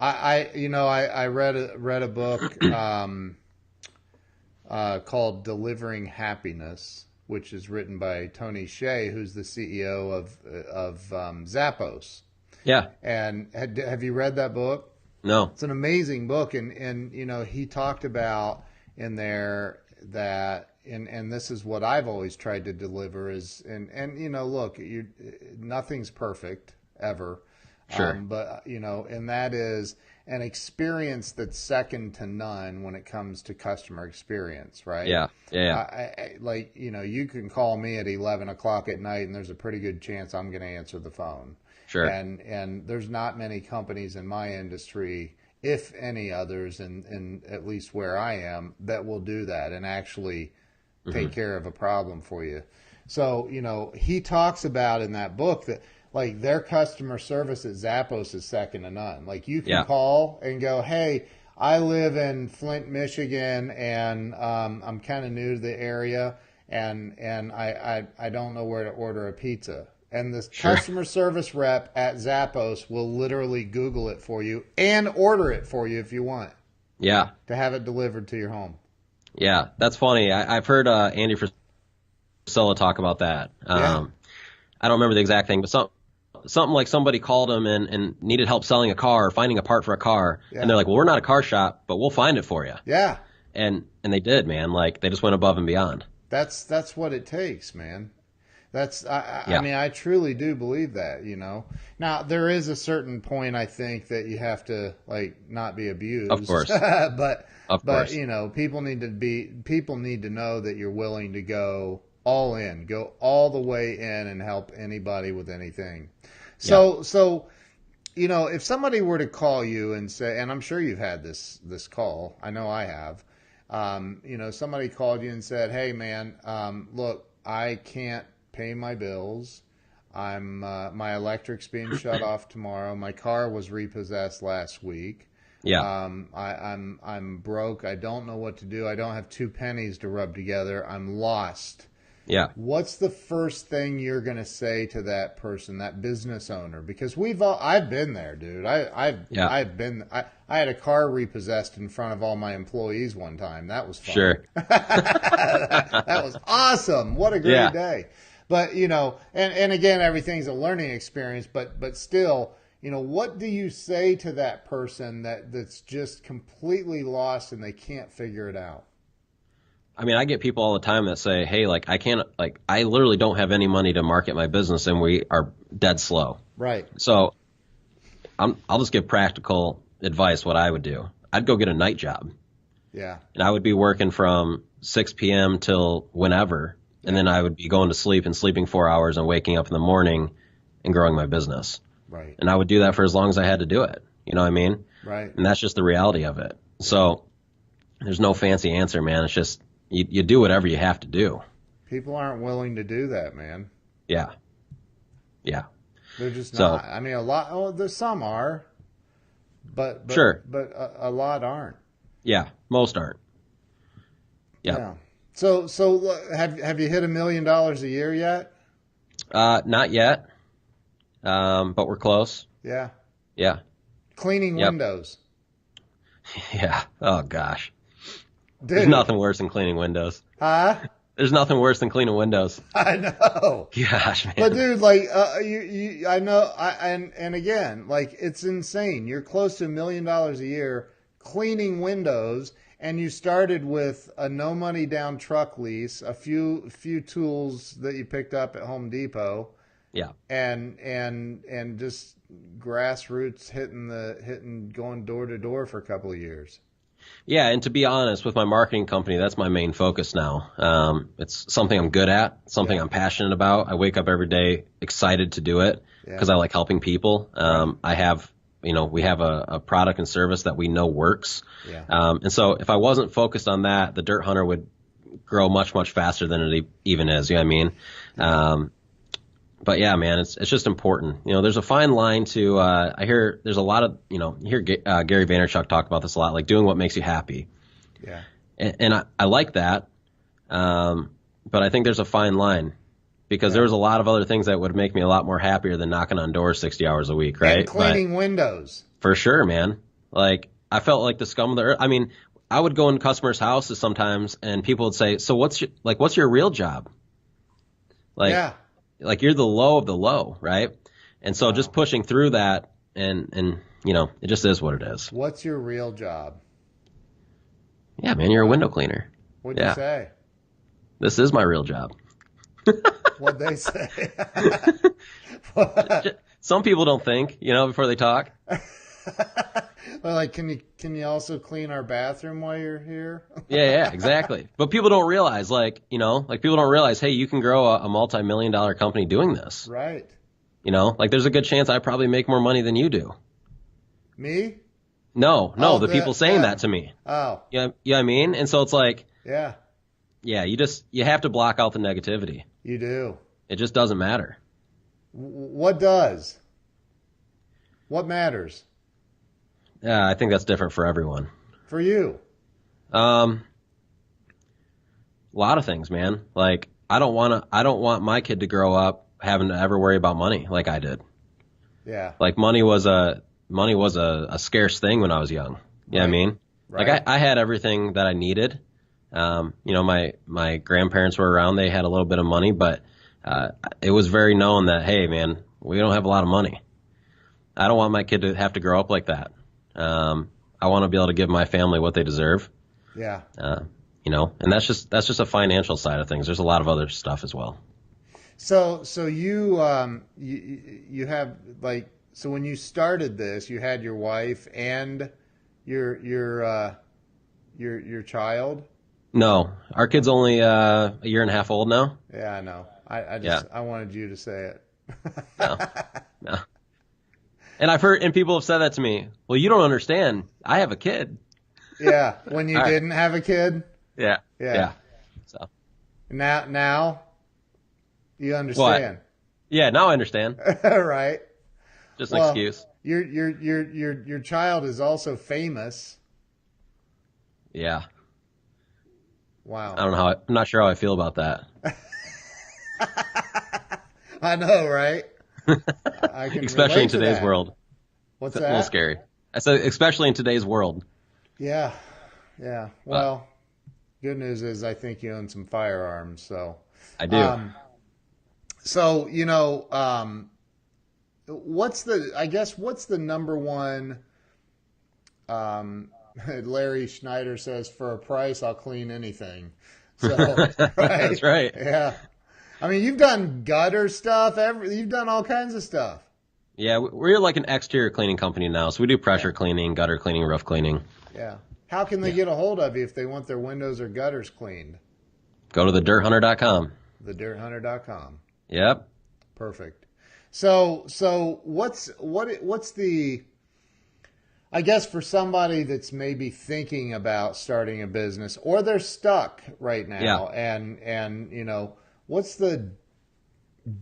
A: I, I you know I, I read a, read a book (clears throat) um, uh, called Delivering Happiness, which is written by Tony Shea, who's the CEO of of um, Zappos.
B: Yeah.
A: And had, have you read that book?
B: No.
A: It's an amazing book, and and you know he talked about in there that and and this is what I've always tried to deliver is and and you know look you nothing's perfect ever, Um,
B: Sure.
A: but you know and that is an experience that's second to none when it comes to customer experience, right?
B: Yeah. Yeah. yeah.
A: I, I, like you know you can call me at 11 o'clock at night and there's a pretty good chance i'm going to answer the phone
B: Sure.
A: and and there's not many companies in my industry if any others, and and at least where I am, that will do that and actually
B: Mm-hmm.
A: take care of a problem for you. So you know, he talks about in that book that like their customer service at Zappos is second to none. Like you can
B: Yeah.
A: call and go, hey. I live in Flint, Michigan, and um, I'm kind of new to the area, and and I, I I don't know where to order a pizza. And the
B: Sure.
A: customer service rep at Zappos will literally Google it for you and order it for you if you want
B: Yeah.
A: to have it delivered to your home.
B: Yeah, that's funny. I, I've heard uh, Andy Frisella talk about that. Um,
A: Yeah.
B: I don't remember the exact thing, but some, something like somebody called him and, and needed help selling a car or finding a part for a car.
A: Yeah.
B: And they're like, well, we're not a car shop, but we'll find it for you.
A: Yeah,
B: And, and they did, man. Like, they just went above and beyond.
A: that's that's what it takes, man. That's I, I, I
B: Yeah.
A: mean I truly do believe that. You know, now there is a certain point I think that you have to like not be abused,
B: Of
A: (laughs)
B: course.
A: but
B: Of
A: but
B: course.
A: you know people need to be people need to know that you're willing to go all in go all the way in and help anybody with anything so so you know if somebody were to call you and say and i'm sure you've had this this call i know i have um, you know somebody called you and said hey man um, look i can't pay my bills i'm uh, my electric's being
B: (coughs)
A: shut off tomorrow my car was repossessed last week
B: Yeah.
A: um, I, I'm I'm broke. I don't know what to do. I don't have two pennies to rub together. I'm lost.
B: yeah.
A: What's the first thing you're gonna say to that person, that business owner? Because we've all I've been there, dude. I I've
B: Yeah.
A: I've been I, I had a car repossessed in front of all my employees one time. That was fun. (laughs)
B: Sure.
A: that was awesome. What a great
B: Yeah.
A: day. But you know, and, and again, everything's a learning experience. But but still, you know, what do you say to that person that that's just completely lost and they can't figure it out?
B: I mean, I get people all the time that say, hey, like, I can't, like, I literally don't have any money to market my business and we are dead slow.
A: Right.
B: So I'm, I'll just give practical advice what I would do. I'd go get a night job.
A: Yeah.
B: and I would be working from 6 p.m. till whenever, and then I would be going to sleep and sleeping four hours and waking up in the morning and growing my business.
A: Right.
B: And I would do that for as long as I had to do it. You know what I mean?
A: Right.
B: And that's just the reality of it. So there's no fancy answer, man. It's just you, you do whatever you have to do.
A: People aren't willing to do that, man.
B: Yeah. Yeah.
A: They're just
B: So-
A: not. I mean, a lot. Oh, there's some are, but, but
B: Sure.
A: But a, a lot aren't.
B: Yeah. Most aren't. Yeah.
A: So so uh, have have you hit a million dollars a year yet?
B: Uh, not yet, um, but we're close.
A: Yeah.
B: Yeah.
A: Cleaning
B: Yep.
A: windows.
B: (laughs) Yeah. Oh, gosh.
A: Dude.
B: There's nothing worse than cleaning windows.
A: Huh? (laughs)
B: There's nothing worse than cleaning windows. (laughs)
A: I know.
B: Gosh, man.
A: But dude, like uh, you, you, I know, I and and again, like it's insane. You're close to a million dollars a year cleaning windows, and you started with a no money down truck lease, a few few tools that you picked up at Home Depot,
B: yeah,
A: and and and just grassroots hitting the hitting going door to door for a couple of years.
B: yeah. And to be honest, with my marketing company, that's my main focus now. Um, it's something I'm good at, something
A: Yeah.
B: I'm passionate about. I wake up every day excited to do it
A: Yeah.
B: because I like helping people. Um, I have, you know, we have a, a product and service that we know works.
A: Yeah.
B: Um, and so if I wasn't focused on that, the Dirt Hunter would grow much, much faster than it e- even is. You know what I mean? Um, but yeah, man, it's it's just important. You know, there's a fine line to. Uh, I hear there's a lot of you know you hear Ga- uh, Gary Vaynerchuk talk about this a lot, like doing what makes you happy,
A: Yeah.
B: and, and I, I like that. Um, but I think there's a fine line because there was a lot of other things that would make me a lot more happier than knocking on doors 60 hours a week, right?
A: And
B: But-
A: cleaning windows.
B: for sure, man. Like I felt like the scum of the earth. I mean, I would go in customers' houses sometimes, and people would say, "So what's your like? What's your real job?" Like,
A: yeah.
B: like you're the low of the low, right? And so just pushing through that, and and you know, it just is what it is.
A: What's your real job?
B: Yeah, man, you're a window cleaner.
A: What'd you
B: Yeah.
A: say?
B: This is my real job.
A: What'd they
B: (laughs)
A: say?
B: J- Some people don't think, you know, before they talk.
A: Well, like, can you can you also clean our bathroom while you're here?
B: Yeah, yeah, exactly. But people don't realize, like, you know, like people don't realize, hey, you can grow a, a multi-million dollar company doing this.
A: (laughs) right.
B: You know, like there's a good chance I probably make more money than you do.
A: Me?
B: No, no,
A: Oh,
B: the,
A: the-
B: people saying
A: yeah.
B: that to me.
A: Oh,
B: Yeah, you know, you know what I mean. And so it's like,
A: yeah,
B: yeah, you just you have to block out the negativity.
A: you do.
B: It just doesn't matter.
A: W- What does? What matters
B: Yeah, I think that's different for everyone.
A: for you?
B: Um, a lot of things, man. Like I don't want to. I don't want my kid to grow up having to ever worry about money like I did.
A: Yeah.
B: Like money was a money was a, a scarce thing when I was young. You know what I
A: Right.
B: mean?
A: Right.
B: Like I, I had everything that I needed. Um, you know, my my grandparents were around. They had a little bit of money, but uh, it was very known that hey, man, we don't have a lot of money. I don't want my kid to have to grow up like that. Um, I want to be able to give my family what they deserve.
A: yeah.
B: Uh, you know, and that's just that's just a financial side of things. There's a lot of other stuff as well.
A: So so you um you you- you have like so when you started this you had your wife and your your uh your your child.
B: No, our kid's only uh, a year and a half old now.
A: Yeah, I know. I, I just I wanted you to say it.
B: And I've heard, and people have said that to me. Well, you don't understand. I have a kid.
A: Yeah, when you
B: (laughs) All right.
A: didn't have a kid.
B: Yeah.
A: Yeah.
B: So,
A: Now now you understand.
B: yeah, now I understand.
A: (laughs) All right.
B: Just an
A: Well-
B: excuse.
A: Your your your your your child is also famous.
B: Yeah.
A: Wow.
B: I don't know how, I, I'm not sure how I feel about that.
A: (laughs) I know,
B: (laughs)
A: right? I can
B: Especially
A: relate
B: in
A: to
B: today's
A: that.
B: world.
A: What's
B: It's a
A: that?
B: little scary. I said, especially in today's world.
A: Yeah,
B: Uh.
A: yeah. Well, good news is I think you own some firearms, so.
B: I do. (laughs)
A: Um, so you know, um, what's the? I guess what's the number one? Um, (laughs) Larry Schneider says, "For a price, I'll clean anything." So (laughs)
B: (laughs) That's right.
A: Yeah, I mean, you've done gutter stuff. Every you've done all kinds of stuff.
B: Yeah. we- We're like an exterior cleaning company now. So we do pressure cleaning, gutter cleaning, roof cleaning.
A: Yeah. How can they get a hold of you if they want their windows or gutters cleaned?
B: Go to the dirthunter.com.
A: TheDirtHunter.com.
B: Yep.
A: Perfect. So so what's what what's the I guess for somebody that's maybe thinking about starting a business or they're stuck right now and and you know what's the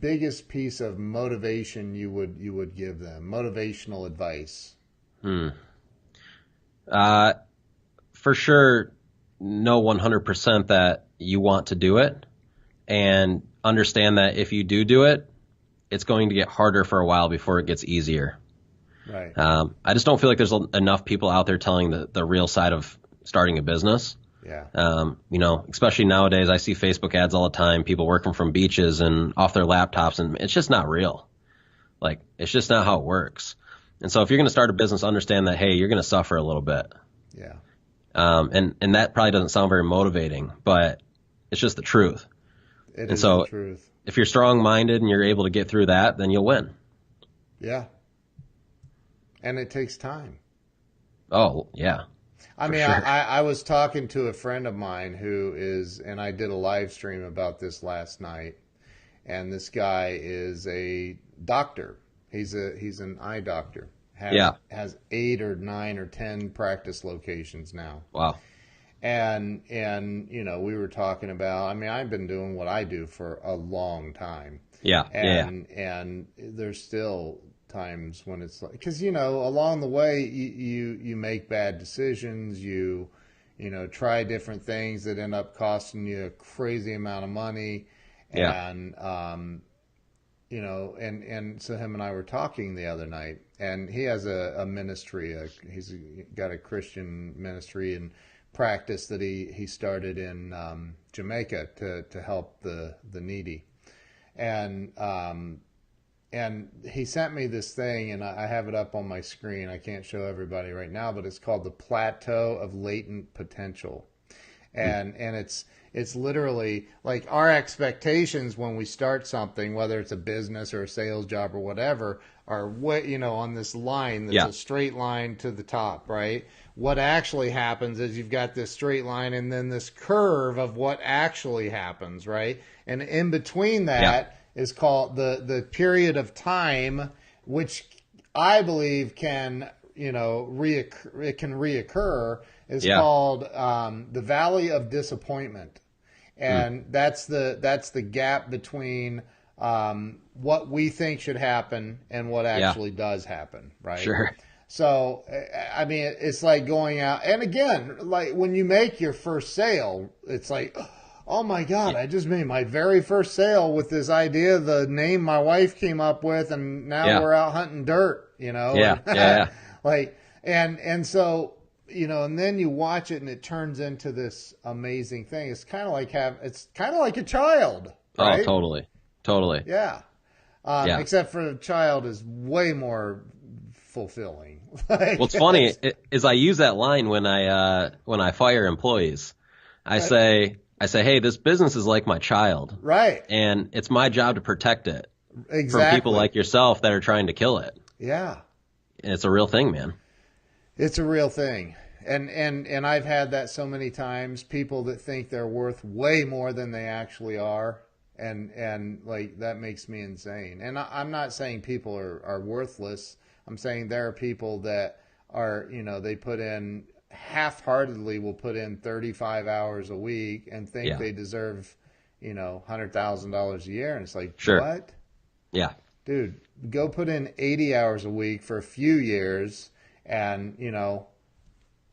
A: biggest piece of motivation you would you would give them motivational advice
B: Uh, for sure, know 100% that you want to do it and understand that if you do do it, it's going to get harder for a while before it gets easier.
A: right
B: Um, I just don't feel like there's en- enough people out there telling the, the real side of starting a business.
A: yeah
B: Um, you know, especially nowadays, I see Facebook ads all the time, people working from beaches and off their laptops, and it's just not real. Like, it's just not how it works. And so, if you're going to start a business, understand that, hey, you're going to suffer a little bit.
A: yeah
B: Um, and, and that probably doesn't sound very motivating, but it's just the truth.
A: it is
B: so-
A: the truth
B: If you're strong minded and you're able to get through that, then you'll win.
A: yeah and it takes time
B: Oh, yeah.
A: I
B: For
A: mean,
B: sure.
A: I, I was talking to a friend of mine who is, and I did a live stream about this last night. And this guy is a doctor. He's a he's an eye doctor. Has,
B: Yeah.
A: Has eight or nine or ten practice locations now.
B: Wow.
A: And and you know, we were talking about. I mean, I've been doing what I do for a long time
B: Yeah. yeah.
A: and and there's still times when it's like because you know along the way you, you you make bad decisions you you know try different things that end up costing you a crazy amount of money
B: Yeah.
A: and um you know and and so him and i were talking the other night and he has a, a ministry a, he's got a christian ministry and practice that he he started in um jamaica to to help the the needy and um, and he sent me this thing, and I I have it up on my screen. I can't show everybody right now, but it's called the Plateau of Latent Potential, and and it's it's literally like our expectations when we start something, whether it's a business or a sales job or whatever, are what you know on this line that's
B: Yeah.
A: a straight line to the top, right? What actually happens is you've got this straight line and then this curve of what actually happens, right? And in between that
B: Yeah.
A: is called the the period of time which I believe can you know, reoccur, it can reoccur is
B: Yeah.
A: called um, the Valley of Disappointment, and
B: Hmm.
A: that's the that's the gap between um, what we think should happen and what actually does happen, right?
B: Sure.
A: So, I- I mean, it's like going out. And again, like when you make your first sale, it's like, oh my God, I just made my very first sale with this idea, the name my wife came up with, and now
B: Yeah.
A: we're out hunting dirt, you know?
B: Yeah,
A: (laughs)
B: yeah, yeah.
A: like, and, and so, you know, and then you watch it and it turns into this amazing thing. It's kind of like have, it's kind of like a child. Right?
B: Oh, totally, totally.
A: Yeah. Um,
B: Yeah.
A: Except for the child is way more fulfilling. (laughs) Like,
B: What's funny i- is I use that line when I uh, when I fire employees. I say I say, hey, this business is like my child,
A: Right.
B: and it's my job to protect it from
A: Exactly.
B: people like yourself that are trying to kill it.
A: yeah.
B: And it's a real thing, man.
A: It's a real thing. And, and, and I've had that so many times. People that think they're worth way more than they actually are. And, and like that makes me insane. And I, I'm not saying people are, are worthless. I'm saying there are people that are, you know, they put in half heartedly will put in 35 hours a week and think
B: Yeah.
A: they deserve, you know, $100,000 a year. And it's like,
B: Sure.
A: what?
B: Yeah, (laughs)
A: dude, go put in 80 hours a week for a few years and, you know,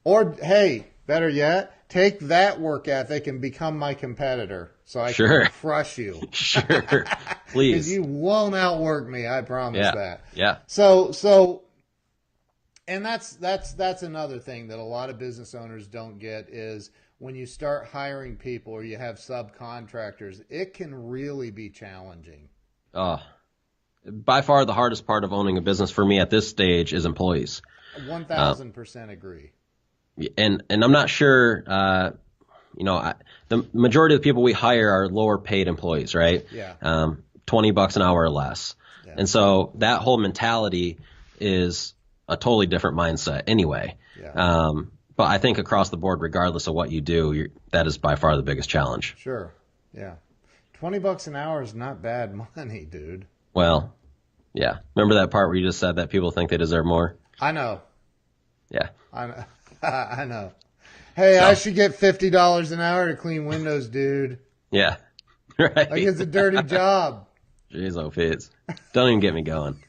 A: or hey, better yet, take that work ethic and become my competitor so I
B: Sure.
A: can crush
B: (laughs)
A: you. (laughs)
B: sure.
A: Because
B: Please.
A: you won't outwork me, I promise
B: yeah.
A: that.
B: Yeah.
A: So so and that's that's that's another thing that a lot of business owners don't get is when you start hiring people or you have subcontractors, it can really be challenging.
B: Oh, by far the hardest part of owning a business for me at this stage is employees.
A: 1000% agree.
B: and and I'm not sure. Uh, you know, I, the majority of the people we hire are lower paid employees, right?
A: Yeah.
B: Um, Twenty bucks an hour or less,
A: Yeah.
B: and so that whole mentality is a totally different mindset, anyway.
A: Yeah.
B: Um, but I think across the board, regardless of what you do, you're, that is by far the biggest challenge.
A: Sure. Yeah. 20 bucks an hour is not bad (laughs) money, dude.
B: Well, yeah. Remember that part where you just said that people think they deserve more?
A: I know.
B: Yeah.
A: I know. (laughs) I know. Hey, I should get $50 an hour to clean windows, dude.
B: Yeah. (laughs) right.
A: Like it's a dirty job.
B: Jeez, oh, Fitz. Don't even get me going.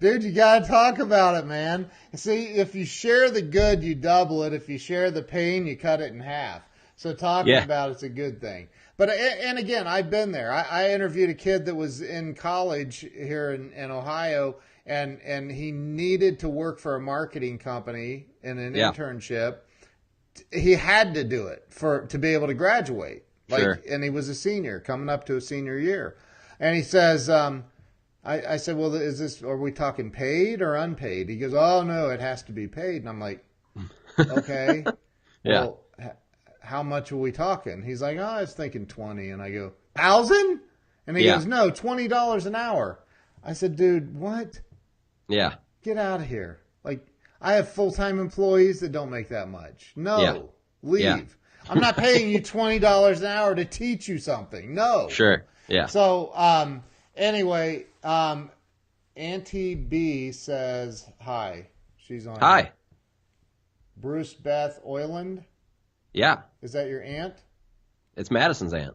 A: Dude, you got to talk about it, man. See, if you share the good, you double it. If you share the pain, you cut it in half. So talking
B: Yeah.
A: about it's a good thing. But a- and again, I've been there. I, I interviewed a kid that was in college here in, in Ohio, and and he needed to work for a marketing company in an
B: Yeah.
A: internship. He had to do it for to be able to graduate. Like,
B: Sure.
A: and he was a senior, coming up to a senior year, and he says. Um, I, I said, well, is this, are we talking paid or unpaid? He goes, oh, no, it has to be paid. And I'm
B: (laughs)
A: like, okay.
B: Yeah.
A: Well, h- how much are we talking? He's like, oh, I was thinking 20. And I go, thousand? And he
B: Yeah.
A: goes, no, $20 an hour. I said, dude, what?
B: yeah.
A: Get out of here. Like, I have full time employees that don't make that much. No,
B: Yeah.
A: leave.
B: Yeah.
A: I'm
B: (laughs)
A: not paying you $20 an hour to teach you something. No.
B: Sure. Yeah.
A: So, um, anyway, um, Auntie B says hi. She's on.
B: Hi.
A: Bruce Beth Oyland.
B: Yeah.
A: Is that your aunt?
B: It's Madison's aunt.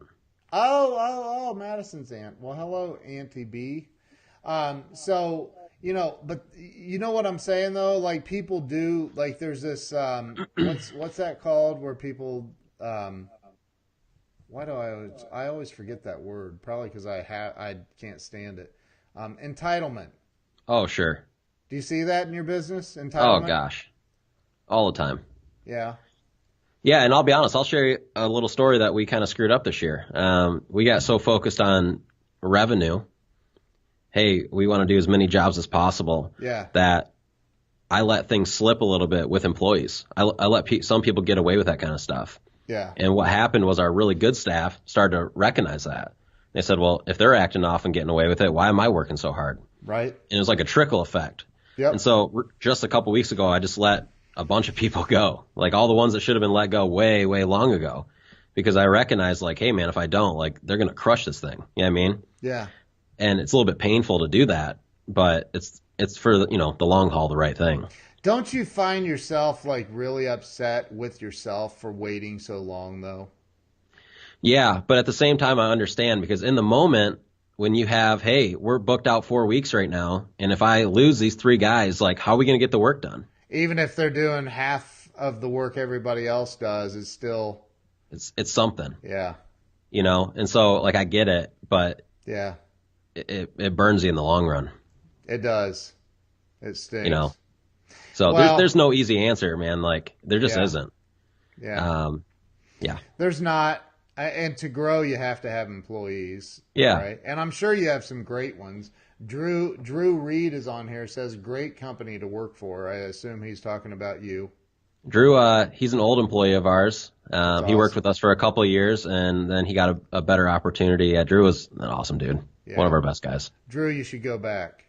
A: Oh, oh, oh, Madison's aunt. Well, hello, Auntie B. Um, so, you know, but you know what I'm saying though? Like people do, like there's this, um, what's, what's that called where people, um, why do I always, I always forget that word? Probably because I ha I can't stand it. Um, entitlement.
B: Oh, sure.
A: Do you see that in your business?
B: Oh,
A: Entitlement.
B: gosh. All the time.
A: Yeah.
B: Yeah, and I'll be honest, I'll share a little story that we kind of screwed up this year. Um, we got so focused on revenue. Hey, we want to do as many jobs as possible
A: Yeah.
B: that I let things slip a little bit with employees. I, I let pe- some people get away with that kind of stuff.
A: Yeah.
B: And what happened was our really good staff started to recognize that. They said, well, if they're acting off and getting away with it, why am I working so hard?
A: Right.
B: And it was like a trickle effect.
A: Yep.
B: And so r- just a couple weeks ago, I just let a bunch of people go, like all the ones that should have been let go way, way long ago, because I recognized like, hey man, if I don't, like they're gonna crush this thing. You know what I mean?
A: yeah.
B: And it's a little bit painful to do that, but it's it's for you know the long haul, the right thing.
A: Don't you find yourself like really upset with yourself for waiting so long though?
B: Yeah, but at the same time, I understand because in the moment when you have, hey, we're booked out four weeks right now, and if I lose these three guys, like how are we going to get the work done?
A: Even if they're doing half of the work everybody else does, it's still
B: It's it's something,
A: yeah,
B: you know. And so like I get it, but
A: yeah.
B: it it, it burns you in the long run.
A: It does. It stinks.
B: You know. So
A: Well-
B: there's there's no easy answer, man. Like there just
A: Yeah.
B: isn't.
A: Yeah.
B: Um,
A: There's not. a- And to grow, you have to have employees.
B: Yeah.
A: Right. And I'm sure you have some great ones. Drew Drew Reed is on here. Says great company to work for. I assume he's talking about you.
B: Drew, uh, he's an old employee of ours. Um,
A: That's
B: He worked
A: awesome.
B: with us for a couple of years, and then he got a, a better opportunity. Yeah, Drew was an awesome dude,
A: Yeah.
B: one of our best guys.
A: Drew, you should go back.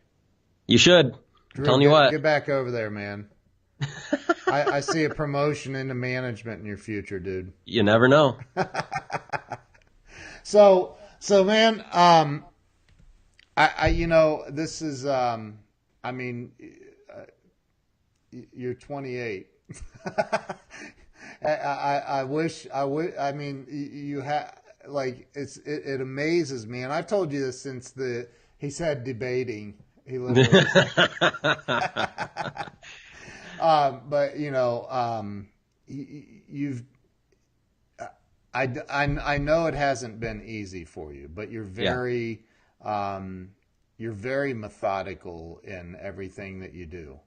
B: You should.
A: Drew,
B: I'm telling you
A: get,
B: what,
A: get back over there, man. I, I see a promotion into management in your future, dude.
B: you
A: (laughs)
B: never know. (laughs)
A: So so man, um, I, I you know this is um, I mean, uh, y- you're 28. (laughs) I, I I wish I would I mean y- you have like it's it, it amazes me and I've told you this since the he said debating he literally um, but you know, um, y- y- you've. I, I, I know it hasn't been easy for you, but you're
B: Yeah.
A: very um, you're very methodical in everything that you do.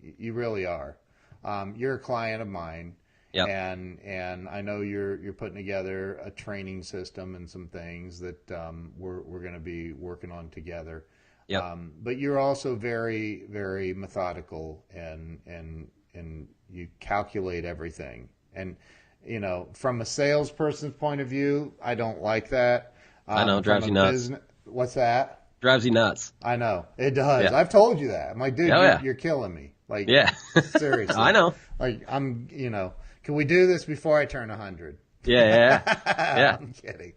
A: You, you really are. Um, you're a client of mine,
B: Yep.
A: and and I know you're you're putting together a training system and some things that um, we're we're going to be working on together.
B: Yep.
A: Um, but you're also very, very methodical and and and you calculate everything. And you know, from a salesperson's point of view, I don't like that. Um,
B: I know,
A: from
B: drives
A: a
B: you nuts.
A: business- what's that?
B: Drives you nuts.
A: I know it does.
B: Yeah.
A: I've told you that. I'm like, dude,
B: Oh,
A: you're,
B: yeah.
A: you're killing me. Like,
B: Yeah, (laughs)
A: seriously.
B: I know.
A: Like, I'm. You know, can we do this before I turn hundred?
B: Yeah, yeah,
A: (laughs)
B: yeah. Yeah.
A: I'm kidding.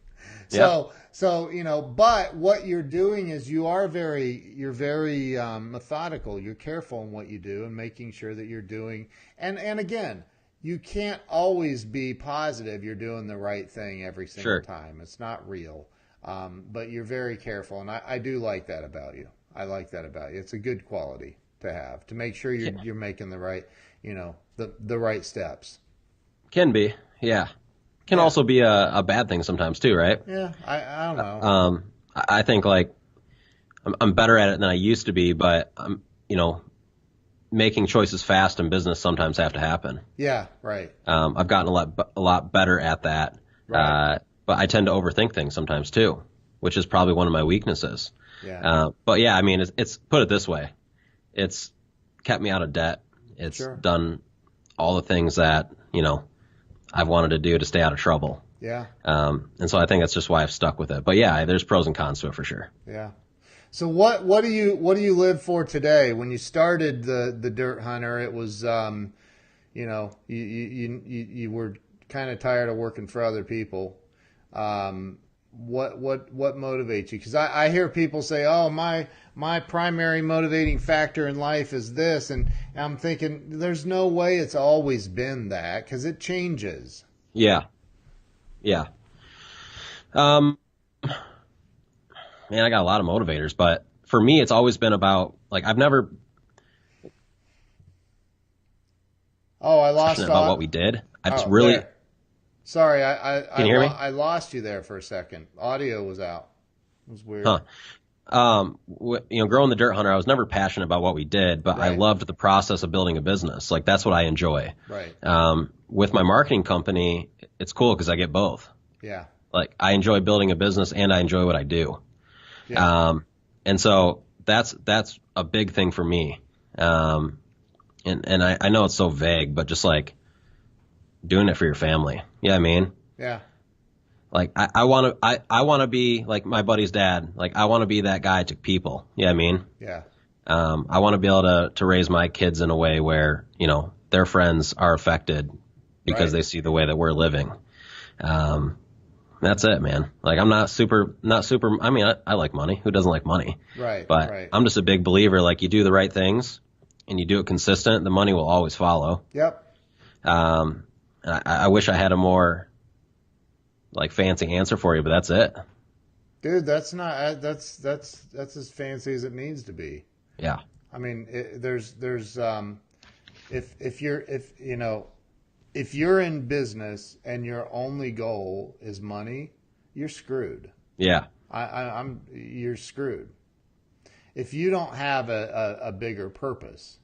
A: So so you know, but what you're doing is you are very you're very um, methodical. You're careful in what you do and making sure that you're doing. And and again, you can't always be positive. You're doing the right thing every single
B: Sure.
A: time. It's not real. Um, but you're very careful, and I, I do like that about you. I like that about you. It's a good quality to have to make sure you're you're making the right you know the the right steps.
B: Can be. Yeah. Can also be a, a bad thing sometimes too, right?
A: Yeah, I, I don't know.
B: Um, I I think like I'm, I'm better at it than I used to be, but I'm, you know, making choices fast in business sometimes have to happen.
A: yeah, right.
B: Um, I've gotten a lot a lot better at that,
A: Right.
B: uh, but I tend to overthink things sometimes too, which is probably one of my weaknesses.
A: Yeah.
B: Uh, but yeah, I mean, it's, it's put it this way, it's kept me out of debt. It's
A: Sure.
B: done all the things that you know I've wanted to do to stay out of trouble,
A: Yeah,
B: um, and so I think that's just why I've stuck with it. But yeah, there's pros and cons to it for sure.
A: yeah. So what what do you what do you live for today? When you started the the Dirt Hunter, it was um, you know, you you you, you you were kind of tired of working for other people. Um, what what what motivates you? Because I, I hear people say, "Oh, my my primary motivating factor in life is this," and I'm thinking, there's no way it's always been that because it changes.
B: Yeah. Yeah. Um man, I got a lot of motivators, but for me it's always been about like I've never
A: Oh, I
B: passionate
A: lost
B: about
A: au-
B: what we did. I just
A: Oh,
B: really
A: there. Sorry, I I,
B: you
A: I,
B: hear
A: lo-
B: me?
A: I lost you there for a second. Audio was out. It was weird.
B: Huh. um w- you know, growing the dirt hunter, I was never passionate about what we did, but I
A: Right.
B: loved the process of building a business. Like that's what I enjoy.
A: Right.
B: Um with my marketing company, it's cool cuz I get both.
A: Yeah.
B: Like I enjoy building a business and I enjoy what I do.
A: Yeah.
B: Um, and so that's that's a big thing for me. Um, and and I, I know it's so vague, but just like doing it for your family. Yeah, I mean,
A: yeah.
B: like I, I want to I, I want to be like my buddy's dad. Like I want to be that guy to people. Yeah, I mean,
A: Yeah.
B: um, I want to be able to to raise my kids in a way where you know their friends are affected because
A: Right.
B: they see the way that we're living. Um, that's it, man. Like I'm not super, not super. I mean, I, I like money. Who doesn't like money?
A: Right.
B: But
A: right.
B: I'm just a big believer. Like you do the right things and you do it consistent, the money will always follow.
A: yep.
B: Um, and I, I wish I had a more like fancy answer for you, but that's it.
A: Dude, that's not uh, that's that's that's as fancy as it needs to be.
B: Yeah.
A: I mean, it, there's there's um, if if you're if you know if you're in business and your only goal is money, you're screwed.
B: Yeah.
A: I, I, I'm you're screwed. If you don't have a, a, a bigger purpose,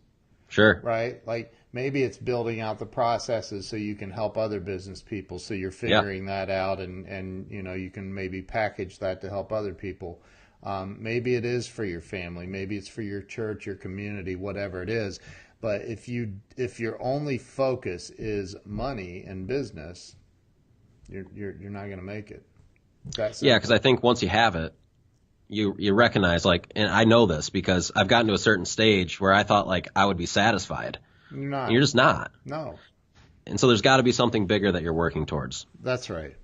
B: Sure.
A: right? Like maybe it's building out the processes so you can help other business people. So you're figuring that out, and and you know you can maybe package that to help other people. Um, maybe it is for your family. Maybe it's for your church, your community, whatever it is. But if you if your only focus is money and business, you're you're, you're not going to make it. That's
B: Yeah, because I think once you have it, you you recognize like, and I know this because I've gotten to a certain stage where I thought like I would be satisfied.
A: You're not.
B: And you're just not,
A: no.
B: and so there's got to be something bigger that you're working towards.
A: That's right.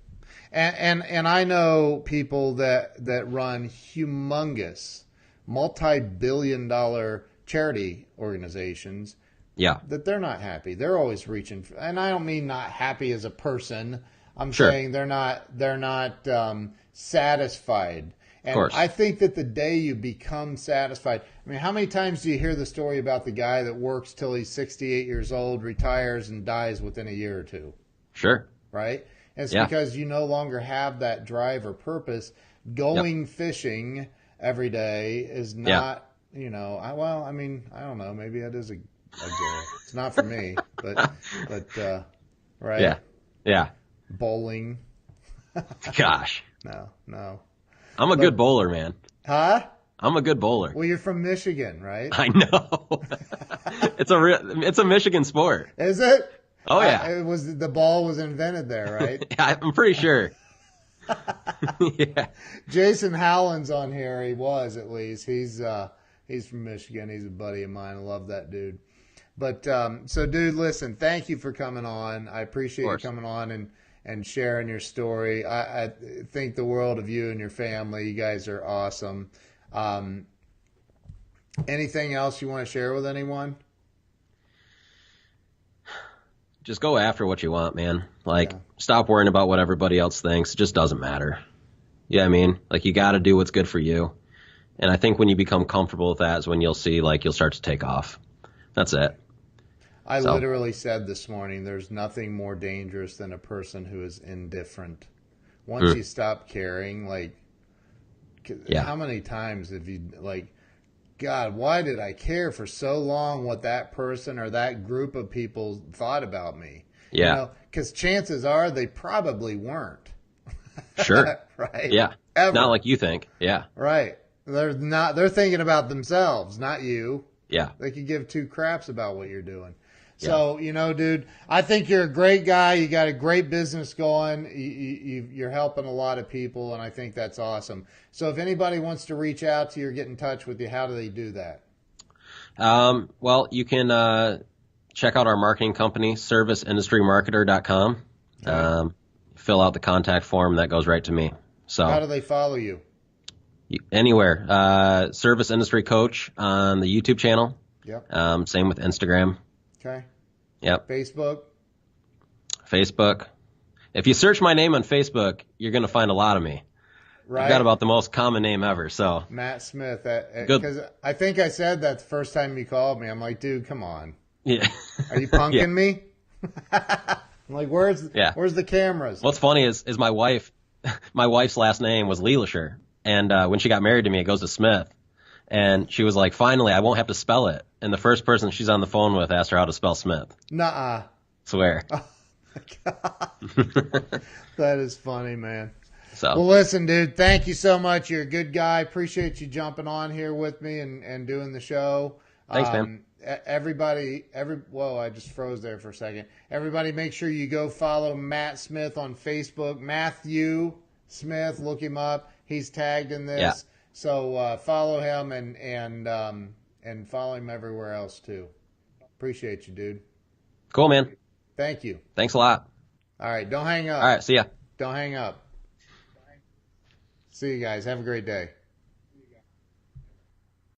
A: And, and and I know people that that run humongous multi-billion dollar charity organizations
B: Yeah,
A: that they're not happy. They're always reaching for, and I don't mean not happy as a person. I'm
B: Sure.
A: saying they're not they're not um, satisfied. And
B: course.
A: I think that the day you become satisfied, I mean, how many times do you hear the story about the guy that works till he's 68 years old, retires, and dies within a year or two?
B: sure.
A: right? And it's
B: Yeah.
A: because you no longer have that drive or purpose. Going fishing every day is not, you know, I well, I mean, I don't know, maybe that is a, a goal. it's not for me,
B: (laughs)
A: but but uh, right,
B: Yeah, yeah.
A: bowling,
B: Gosh,
A: no, no,
B: I'm a good bowler, man.
A: huh?
B: I'm a good bowler.
A: Well, you're from Michigan, right?
B: (laughs) I know. (laughs) it's a real, it's a Michigan sport. (laughs)
A: Is it?
B: Oh
A: I-
B: yeah,
A: it was the ball was invented there, right?
B: I, I'm pretty sure. (laughs) yeah,
A: Jason Howland's on here. He was at least. He's uh, he's from Michigan. He's a buddy of mine. I love that dude. But um, so, dude, listen. Thank you for coming on. I appreciate you
B: course.
A: coming on and and sharing your story. I, I think the world of you and your family. You guys are awesome. Um, anything else you want to share with anyone?
B: just go after what you want, man. Like,
A: Yeah.
B: stop worrying about what everybody else thinks. It just doesn't matter. Yeah, I mean, like you got to do what's good for you. And I think when you become comfortable with that is when you'll see like you'll start to take off. That's it.
A: I
B: So-
A: literally said this morning there's nothing more dangerous than a person who is indifferent. Once you stop caring, like, 'cause
B: Hmm. Yeah.
A: how many times have you, like, God, why did I care for so long what that person or that group of people thought about me?
B: Yeah.
A: Because chances are they probably weren't. (laughs)
B: Sure.
A: right?
B: Yeah.
A: Ever.
B: Not like you think. Yeah.
A: right. They're not, they're thinking about themselves, not you.
B: Yeah.
A: They could give two craps about what you're doing. So you know, dude, I think you're a great guy. You got a great business going. You, you, you- you're helping a lot of people, and I think that's awesome. So if anybody wants to reach out to you or get in touch with you, how do they do that?
B: Um, well, you can uh, check out our marketing company, serviceindustrymarketer.com. Um, fill out the contact form that goes right to me. So
A: How do they follow you?
B: you- anywhere, uh, service industry coach on the YouTube channel.
A: Yep.
B: Um, same with Instagram.
A: Okay.
B: Yep.
A: Facebook.
B: Facebook. If you search my name on Facebook, you're gonna find a lot of me.
A: Right.
B: I've got about the most common name ever. So (laughs)
A: Matt Smith. At,
B: Good.
A: Because I think I said that the first time you called me. I'm like, dude, come on.
B: yeah.
A: Are
B: (laughs)
A: you punking me? (laughs) I'm like, where's
B: Yeah.
A: where's the cameras?
B: What's funny is is my wife, (laughs) my wife's last name was Leelisher, and uh, when she got married to me, it goes to Smith, and she was like, finally, I won't have to spell it. And the first person she's on the phone with asked her how to spell Smith.
A: Nuh-uh. (laughs)
B: Swear.
A: That is funny, man. Well,
B: So
A: listen, dude, thank you so much. You're a good guy. Appreciate you jumping on here with me and, and doing the show.
B: Thanks, man.
A: e- Everybody, every whoa, I just froze there for a second. Everybody, make sure you go follow Matt Smith on Facebook. Matthew Smith, look him up. He's tagged in this,
B: Yeah.
A: so uh, follow him and and um, and follow him everywhere else too. Appreciate you, dude.
B: cool, man.
A: Thank you.
B: Thanks a lot.
A: All right, don't hang up.
B: All right. See ya.
A: Don't hang up. See you guys. Have a great day.